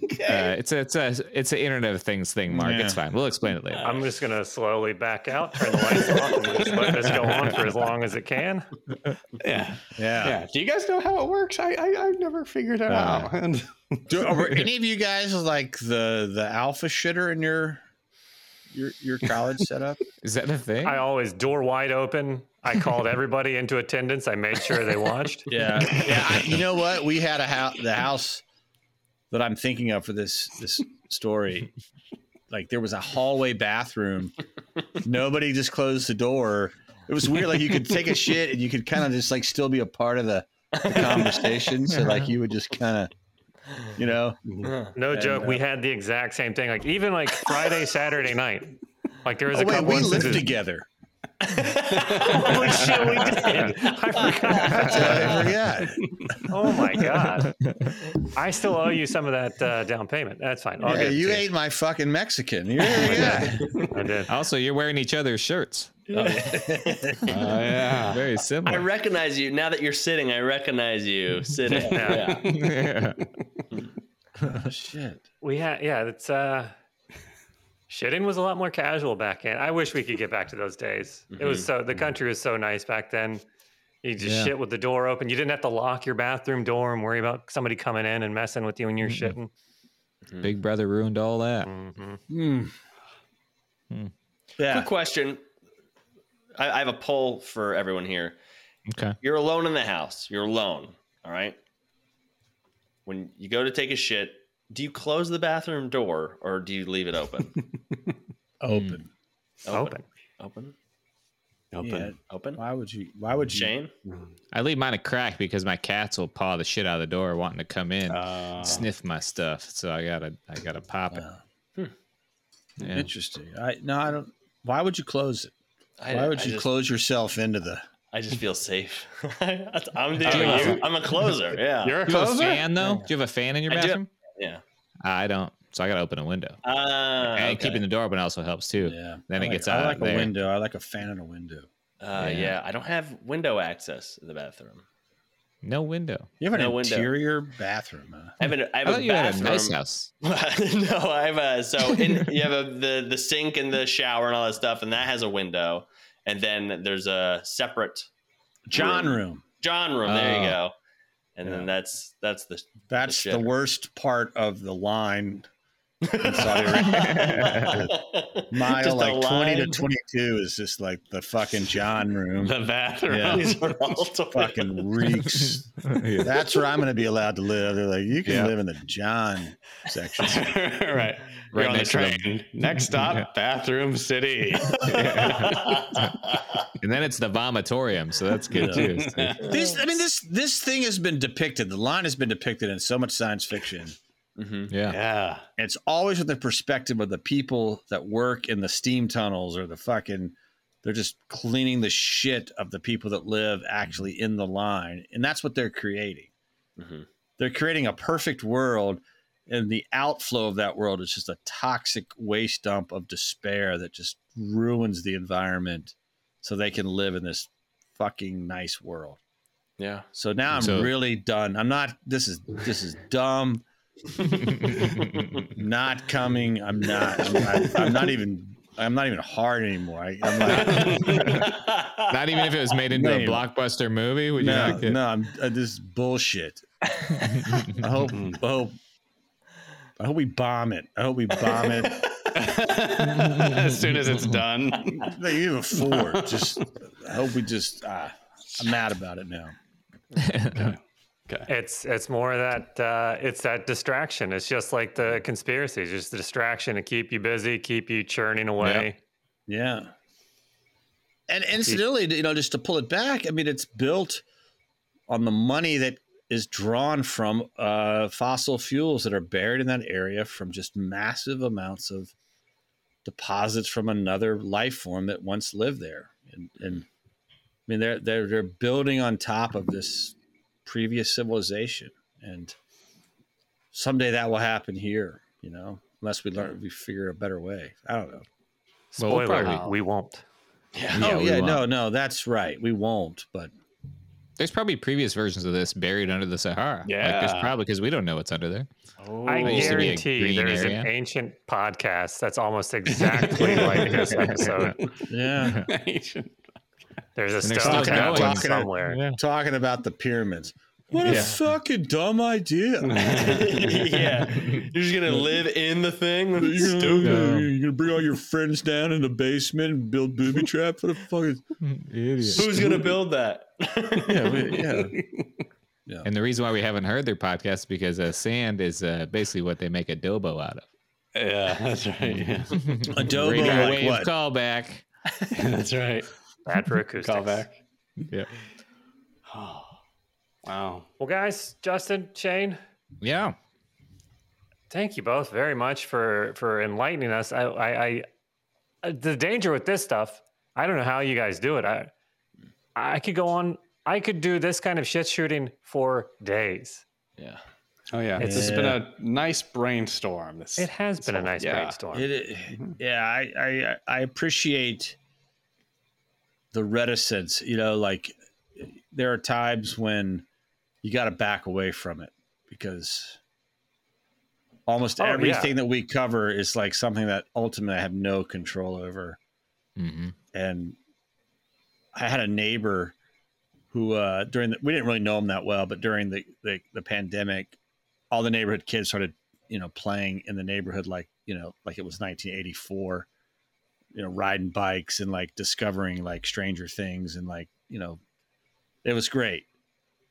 Speaker 2: it's a it's a it's an Internet of Things thing, Mark.
Speaker 5: Yeah.
Speaker 2: It's fine. We'll explain it later.
Speaker 1: I'm just gonna slowly back out, turn the lights off, and just let this go on for as long as it can.
Speaker 3: yeah.
Speaker 5: yeah.
Speaker 3: yeah. Do you guys know how it works? I, I I've never figured it
Speaker 2: Uh,
Speaker 3: out. And
Speaker 5: Do, are any of you guys like the the alpha shitter in your your your college setup?
Speaker 2: Is that a thing?
Speaker 1: I always door wide open. I called everybody into attendance. I made sure they watched.
Speaker 5: Yeah, yeah. I, you know what? We had a house, the house that I'm thinking of for this this story. Like there was a hallway bathroom. Nobody just closed the door. It was weird. Like you could take a shit and you could kind of just like still be a part of the, the conversation. So like you would just kind of, you know,
Speaker 1: No
Speaker 5: And,
Speaker 1: joke.
Speaker 5: uh,
Speaker 1: we had the exact same thing. Like even like Friday, Saturday night. Like there was
Speaker 5: oh,
Speaker 1: a
Speaker 5: wait,
Speaker 1: couple
Speaker 5: we lived
Speaker 1: instances.
Speaker 5: together.
Speaker 1: Holy shit, we did. I
Speaker 5: That's what
Speaker 1: forgot.
Speaker 5: I forgot.
Speaker 1: Oh my god. I still owe you some of that uh, down payment. That's fine. I'll get
Speaker 5: Yeah,
Speaker 1: it Oh
Speaker 5: you
Speaker 1: to
Speaker 5: ate my fucking Mexican. You're, yeah.
Speaker 1: I did.
Speaker 2: also, you're wearing each other's shirts.
Speaker 4: Oh,
Speaker 3: yeah.
Speaker 2: Very similar.
Speaker 4: I recognize you now that you're sitting. I recognize you sitting.
Speaker 1: Yeah.
Speaker 2: yeah.
Speaker 5: Oh, shit.
Speaker 1: We had yeah, it's uh Shitting was a lot more casual back then. I wish we could get back to those days. It was so the country was so nice back then. You just
Speaker 2: Mm-hmm. Yeah.
Speaker 1: shit with the door open. You didn't have to lock your bathroom door and worry about somebody coming in and messing with you when you're
Speaker 2: Mm-mm.
Speaker 1: shitting.
Speaker 2: Big Brother ruined all that.
Speaker 1: hmm
Speaker 2: Hmm.
Speaker 5: Yeah.
Speaker 4: Quick question. I, I have a poll for everyone here.
Speaker 2: Okay.
Speaker 4: You're alone in the house. You're alone. All right. When you go to take a shit, do you close the bathroom door or do you leave it open?
Speaker 5: Open.
Speaker 1: Open.
Speaker 4: Open.
Speaker 5: Yeah.
Speaker 3: Open.
Speaker 4: Open.
Speaker 5: Why would you? Why would you?
Speaker 4: Shane.
Speaker 2: I leave mine a crack because my cats will paw the shit out of the door, wanting to come in,
Speaker 4: Uh-huh.
Speaker 3: Uh,
Speaker 2: sniff my stuff. So I gotta, I gotta pop it.
Speaker 4: Uh-huh.
Speaker 5: Wow.
Speaker 4: Hmm.
Speaker 2: Yeah.
Speaker 5: Interesting. I no, I don't. Why would you close it?
Speaker 4: I,
Speaker 5: why would
Speaker 4: I
Speaker 5: you
Speaker 4: just,
Speaker 5: close yourself into the?
Speaker 4: I just feel safe. That's- I'm the,
Speaker 3: Oh, you-
Speaker 4: I'm a closer. Yeah.
Speaker 3: You're a
Speaker 2: Do you have a
Speaker 3: closer.
Speaker 2: fan though? Do you have a fan in your
Speaker 4: I do.
Speaker 2: bathroom?
Speaker 4: yeah.
Speaker 2: I don't. So I gotta open a window.
Speaker 4: Uh,
Speaker 2: and
Speaker 4: okay.
Speaker 2: keeping the door open also helps too.
Speaker 5: Yeah.
Speaker 2: Then
Speaker 5: I
Speaker 2: it
Speaker 5: like,
Speaker 2: gets
Speaker 5: I
Speaker 2: out
Speaker 5: like
Speaker 2: there.
Speaker 5: a window. I like a fan in a window.
Speaker 4: uh,
Speaker 2: Yeah.
Speaker 4: yeah. I don't have window access in the bathroom.
Speaker 2: No window.
Speaker 5: You have an
Speaker 4: No window.
Speaker 5: interior bathroom. Huh?
Speaker 4: I have, an, I
Speaker 2: I
Speaker 4: have
Speaker 2: thought
Speaker 4: a
Speaker 2: you had a
Speaker 4: bathroom.
Speaker 2: nice house.
Speaker 4: no, I have a so in, you have a, the the sink and the shower and all that stuff, and that has a window, and then there's a separate
Speaker 5: John room.
Speaker 4: John room. There
Speaker 2: Oh.
Speaker 4: you go, and
Speaker 5: Yeah.
Speaker 4: then that's that's the
Speaker 5: That's
Speaker 4: The
Speaker 5: the
Speaker 4: shitter.
Speaker 5: worst part of the line. Saudi Mile
Speaker 4: Just a
Speaker 5: like twenty to
Speaker 4: line.
Speaker 5: twenty-two is just like the fucking John room.
Speaker 3: The bathroom.
Speaker 5: Yeah.
Speaker 4: These are all toilet-
Speaker 5: fucking reeks. That's where I'm going to be allowed to live. They're like, you can
Speaker 2: Yeah.
Speaker 5: live in the John section.
Speaker 3: right. You're
Speaker 2: Right
Speaker 3: on the
Speaker 2: next to them.
Speaker 3: train. Next stop,
Speaker 2: Yeah.
Speaker 3: Bathroom City.
Speaker 2: And then it's the vomitorium, so that's good too. So-
Speaker 5: These, I mean, this this thing has been depicted. The line has been depicted in so much science fiction. Mm-hmm.
Speaker 4: Mhm.
Speaker 2: yeah.
Speaker 3: yeah.
Speaker 5: It's always with the perspective of the people that work in the steam tunnels or the fucking. They're just cleaning the shit of the people that live actually in the line, and that's what they're creating.
Speaker 4: Mhm.
Speaker 5: They're creating a perfect world, and the outflow of that world is just a toxic waste dump of despair that just ruins the environment, so they can live in this fucking nice world.
Speaker 4: Yeah.
Speaker 5: So now I'm
Speaker 2: So-
Speaker 5: really done. I'm not. This is this is dumb. I'm not coming. I'm not. I'm not, I'm not even. I'm not even hard anymore. I, I'm like
Speaker 2: Not even if it was made into a
Speaker 5: Name.
Speaker 2: blockbuster movie, would you
Speaker 5: no,
Speaker 2: like it?
Speaker 5: no. I'm uh, this is bullshit. I hope.
Speaker 2: Mm-hmm.
Speaker 5: I hope. I hope we bomb it. I hope we bomb it.
Speaker 3: as soon as it's done.
Speaker 5: Like, even four. Just. I hope we just. Uh, I'm mad about it now.
Speaker 1: It's it's more that uh, it's that distraction. It's just like the conspiracies, just the distraction to keep you busy, keep you churning away.
Speaker 5: Yeah. And incidentally, you know, just to pull it back, I mean, it's built on the money that is drawn from uh, fossil fuels that are buried in that area from just massive amounts of deposits from another life form that once lived there. And, and I mean, they're, they're, they're building on top of this previous civilization. And someday that will happen here, you know, unless we learn, we figure a better way. I don't know.
Speaker 2: Well, we'll
Speaker 1: Spoiler:
Speaker 2: probably-
Speaker 1: we, we won't.
Speaker 2: Yeah,
Speaker 5: oh
Speaker 2: we
Speaker 5: yeah,
Speaker 2: won't.
Speaker 5: no, no, that's right. We won't, but
Speaker 2: There's probably previous versions of this buried under the Sahara. Like,
Speaker 3: Yeah.
Speaker 2: there's probably because we don't know what's under there.
Speaker 1: I
Speaker 2: There used to be a
Speaker 1: guarantee
Speaker 2: green
Speaker 1: there is an
Speaker 2: area.
Speaker 1: ancient podcast that's almost exactly like this episode.
Speaker 5: yeah.
Speaker 1: There's a
Speaker 2: And they're
Speaker 1: stone
Speaker 2: still
Speaker 1: tablet
Speaker 2: going.
Speaker 1: somewhere.
Speaker 5: Talking about the pyramids. What
Speaker 2: Yeah.
Speaker 5: a fucking dumb idea.
Speaker 4: yeah. You're just gonna live in the thing. That's
Speaker 5: You're
Speaker 4: stupid.
Speaker 5: gonna, you're gonna bring all your friends down in the basement and build booby trap for the fucking
Speaker 2: Idiot.
Speaker 4: Who's gonna build that?
Speaker 5: yeah, we- yeah.
Speaker 2: And the reason why we haven't heard their podcast is because uh, sand is uh, basically what they make adobo out of.
Speaker 3: Yeah, that's right. Yeah.
Speaker 5: Adobo
Speaker 2: Radio
Speaker 5: like
Speaker 2: wave
Speaker 5: what?
Speaker 2: callback.
Speaker 3: That's right.
Speaker 1: Bad for acoustics.
Speaker 3: Call back.
Speaker 2: Yeah.
Speaker 3: Oh, wow.
Speaker 1: Well, guys, Justin, Shane,
Speaker 2: Yeah.
Speaker 1: thank you both very much for for enlightening us. I, I, I uh, the danger with this stuff, I don't know how you guys do it. I, I could go on. I could do this kind of shit shooting for days.
Speaker 4: Yeah.
Speaker 3: Oh yeah.
Speaker 1: It's-
Speaker 3: It's, it's been a nice brainstorm. This
Speaker 1: It has been a nice
Speaker 3: yeah.
Speaker 1: brainstorm.
Speaker 5: It, yeah, I, I I appreciate the reticence. You know, like there are times when you got to back away from it because Almost
Speaker 1: Oh, yeah.
Speaker 5: everything that we cover is like something that ultimately I have no control over.
Speaker 2: hmm
Speaker 5: and I had a neighbor who uh, during the, we didn't really know him that well, but during the, the the pandemic, all the neighborhood kids started you know playing in the neighborhood like you know like it was 1984, you know riding bikes and like discovering like Stranger Things and like you know it was great.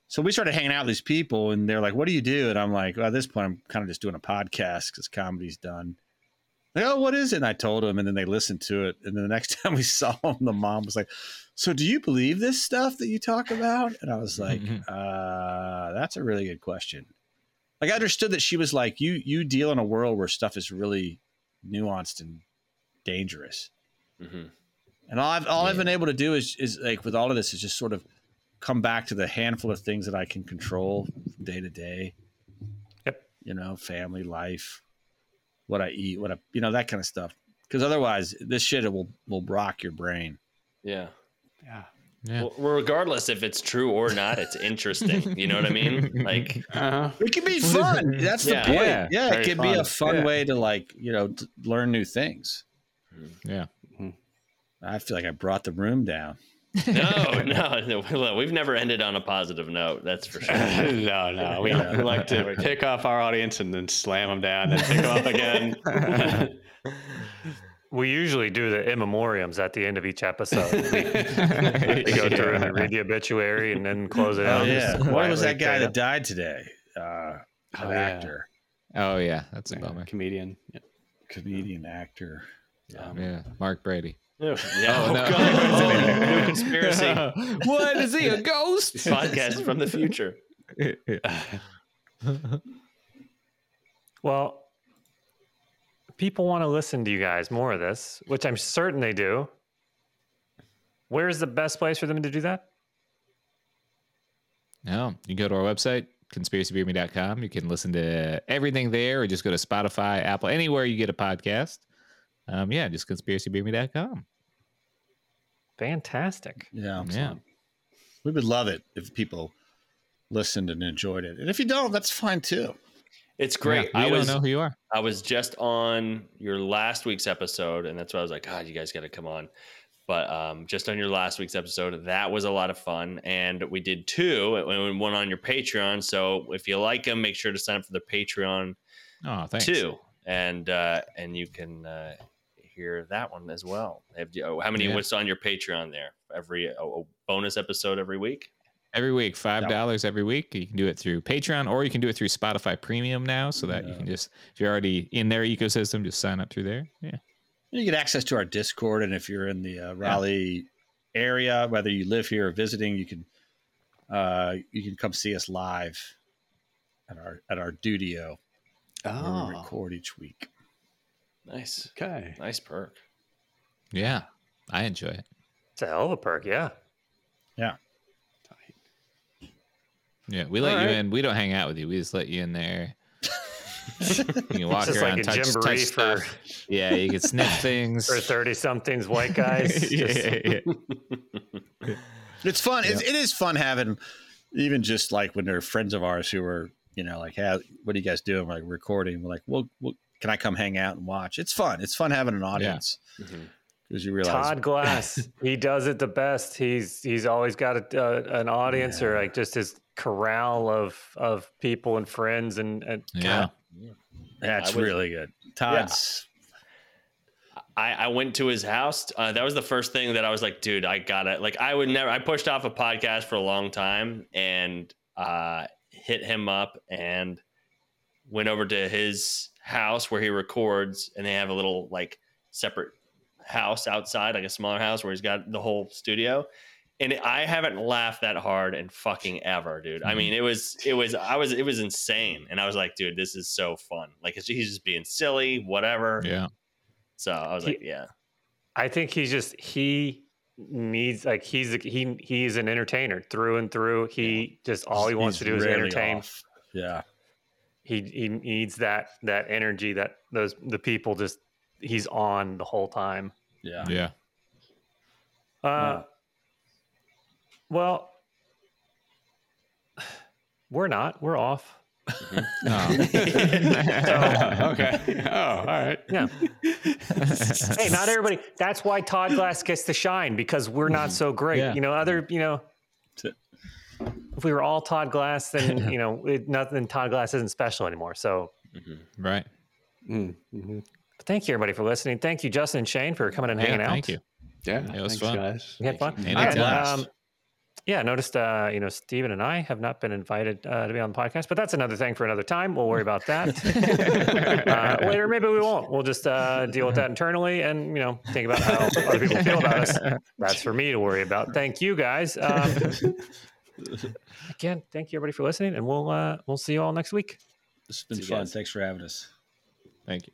Speaker 5: So we started hanging out with these people, and they're like, "What do you do?" And I'm like, well, "At this point, I'm kind of just doing a podcast because comedy's done." Like, oh, what is it? And I told him, and then they listened to it. And then the next time we saw him, the mom was like, So do you believe this stuff that you talk about? And I was like,
Speaker 2: Mm-hmm.
Speaker 5: uh, that's a really good question. Like I understood that she was like, You you deal in a world where stuff is really nuanced and dangerous.
Speaker 4: Mhm.
Speaker 5: And all I've all I've
Speaker 2: Yeah.
Speaker 5: been able to do is is like with all of this is just sort of come back to the handful of things that I can control from day to day.
Speaker 1: Yep.
Speaker 5: You know, family life, what I eat, what I you know that kind of stuff. Because otherwise, this shit will will rock your brain.
Speaker 4: Yeah.
Speaker 3: Yeah.
Speaker 2: Yeah.
Speaker 4: Well, regardless if it's true or not, it's interesting. You know what I mean? Like,
Speaker 3: Uh-huh.
Speaker 5: It can be fun. That's the
Speaker 4: Yeah.
Speaker 5: point.
Speaker 2: Yeah.
Speaker 5: Yeah,
Speaker 3: Very
Speaker 5: it can be
Speaker 3: fun.
Speaker 5: a fun
Speaker 3: Yeah.
Speaker 5: way to like you know to learn new things.
Speaker 2: Yeah.
Speaker 5: I feel like I brought the room down.
Speaker 4: no, no, no. Look, We've never ended on a positive note. That's for sure.
Speaker 3: no, no. We, we like to pick off our audience and then slam them down and pick them up again.
Speaker 1: We usually do the in memoriams at the end of each episode. we go through and
Speaker 2: Yeah.
Speaker 1: we read the obituary and then close it out.
Speaker 5: Oh, yeah,
Speaker 1: Just
Speaker 5: what was
Speaker 1: quietly
Speaker 5: that guy
Speaker 1: fade
Speaker 5: that
Speaker 1: up.
Speaker 5: died today? Uh, an
Speaker 3: Oh, yeah.
Speaker 5: actor,
Speaker 2: Oh yeah, that's a bummer.
Speaker 3: Comedian. Yeah.
Speaker 5: comedian actor.
Speaker 3: Um,
Speaker 2: Yeah, Mark Brady.
Speaker 4: Yeah.
Speaker 2: Oh,
Speaker 4: oh,
Speaker 2: no.
Speaker 4: God. New conspiracy
Speaker 2: what is he a ghost?
Speaker 4: podcast from the future.
Speaker 1: Well, people want to listen to you guys more of this, which I'm certain they do. Where's the best place for them to do that?
Speaker 2: No, you can go to our website, conspiracybeerme.com. You can listen to everything there or just go to Spotify, Apple, anywhere you get a podcast. Um, yeah, just conspiracybeerme.com.
Speaker 1: Fantastic.
Speaker 5: Yeah,
Speaker 2: Yeah.
Speaker 5: we would love it if people listened and enjoyed it. And if you don't, that's fine too.
Speaker 4: It's great.
Speaker 2: Yeah, I
Speaker 4: I
Speaker 2: don't
Speaker 4: was
Speaker 2: know who you are.
Speaker 4: I was just on your last week's episode, and that's why I was like, God, you guys got to come on. But um, just on your last week's episode, that was a lot of fun, and we did two, and we- one on your Patreon. So if you like them, make sure to sign up for the Patreon
Speaker 2: Oh, thanks.
Speaker 4: too, and uh, and you can uh, hear that one as well. Have you, oh, how many?
Speaker 2: Yeah.
Speaker 4: What's on your Patreon there? Every a, a bonus episode every week.
Speaker 2: Every week, $5 every week. You can do it through Patreon or you can do it through Spotify Premium now so that you
Speaker 5: Yeah.
Speaker 2: can just, if you're already in their ecosystem, just sign up through there. Yeah.
Speaker 5: You get access to our Discord, and if you're in the uh, Raleigh area, whether you live here or visiting, you can uh, you can come see us live at our at our studio where we
Speaker 3: Oh,
Speaker 5: record each week.
Speaker 4: Nice,
Speaker 3: okay.
Speaker 4: nice perk.
Speaker 2: Yeah. I enjoy it.
Speaker 1: It's a hell of a perk. Yeah.
Speaker 2: Yeah. We let
Speaker 1: All
Speaker 2: you
Speaker 1: right.
Speaker 2: in. We don't hang out with you. We just let you in there. you can
Speaker 1: It's
Speaker 2: walk
Speaker 1: just
Speaker 2: around,
Speaker 1: like a
Speaker 2: touch,
Speaker 1: jamboree
Speaker 2: touch
Speaker 1: for,
Speaker 2: stuff. Yeah. You can sniff things.
Speaker 1: for 30 somethings white guys.
Speaker 2: yeah,
Speaker 1: Just-
Speaker 2: yeah, yeah.
Speaker 5: It's fun. It's, it is fun having even just like when there are friends of ours who are you know like, hey, what are you guys doing? We're like recording. We're like, well, well, can I come hang out and watch? It's fun. It's fun having an audience
Speaker 2: Mm-hmm.
Speaker 5: because you realize
Speaker 1: Todd Glass, he does it the best. He's he's always got a, uh, an audience or
Speaker 5: Yeah.
Speaker 1: like just his corral of of people and friends and, and
Speaker 2: Yeah.
Speaker 5: that's
Speaker 4: I would-
Speaker 5: really good. Todd's
Speaker 4: I, I went to his house. Uh, that was the first thing that I was like, dude, I gotta like I would never I pushed off a podcast for a long time and uh hit him up and went over to his house where he records and they have a little like separate house outside, like a smaller house where he's got the whole studio. And I haven't laughed that hard in fucking ever, dude. I mean, it was, it was, I was, it was insane. And I was like, dude, this is so fun. Like, it's, he's just being silly, whatever.
Speaker 2: Yeah.
Speaker 4: So I was
Speaker 1: He-
Speaker 4: like, yeah.
Speaker 1: I think he's just he needs like he's a, he he's an entertainer through and through. He just all he wants to
Speaker 5: he's
Speaker 1: do is
Speaker 5: rarely
Speaker 1: entertain.
Speaker 5: off. Yeah.
Speaker 1: He he needs that that energy that those the people just he's on the whole time.
Speaker 5: Yeah.
Speaker 2: Yeah.
Speaker 1: Uh, Well, we're not. We're off.
Speaker 2: Oh.
Speaker 1: So-
Speaker 3: okay. Oh, all right.
Speaker 1: Yeah. hey, not everybody. That's why Todd Glass gets the shine because we're not so great.
Speaker 2: Mm-hmm. Yeah.
Speaker 1: You know, other you know, if we were all Todd Glass, then you know, it, nothing. Todd Glass isn't special anymore. So,
Speaker 2: right.
Speaker 3: Mm-hmm.
Speaker 1: but thank you everybody for listening. Thank you, Justin and Shane, for coming and hanging
Speaker 2: Yeah,
Speaker 1: out.
Speaker 2: Thank you.
Speaker 3: Yeah.
Speaker 2: It
Speaker 3: thanks,
Speaker 2: was fun.
Speaker 3: guys.
Speaker 1: We had fun.
Speaker 2: you.
Speaker 1: And,
Speaker 2: Anytime.
Speaker 1: um, yeah, I noticed. Uh, you know, Steven and I have not been invited uh, to be on the podcast, but that's another thing for another time. We'll worry about that uh, later. Maybe we won't. We'll just uh, deal with that internally, and you know, think about how other people feel about us. That's for me to worry about. Thank you guys. Um, again, thank you everybody for listening, and we'll uh, we'll see you all next week.
Speaker 5: This has been
Speaker 4: See you
Speaker 5: fun.
Speaker 4: guys.
Speaker 5: Thanks for having us.
Speaker 2: Thank you.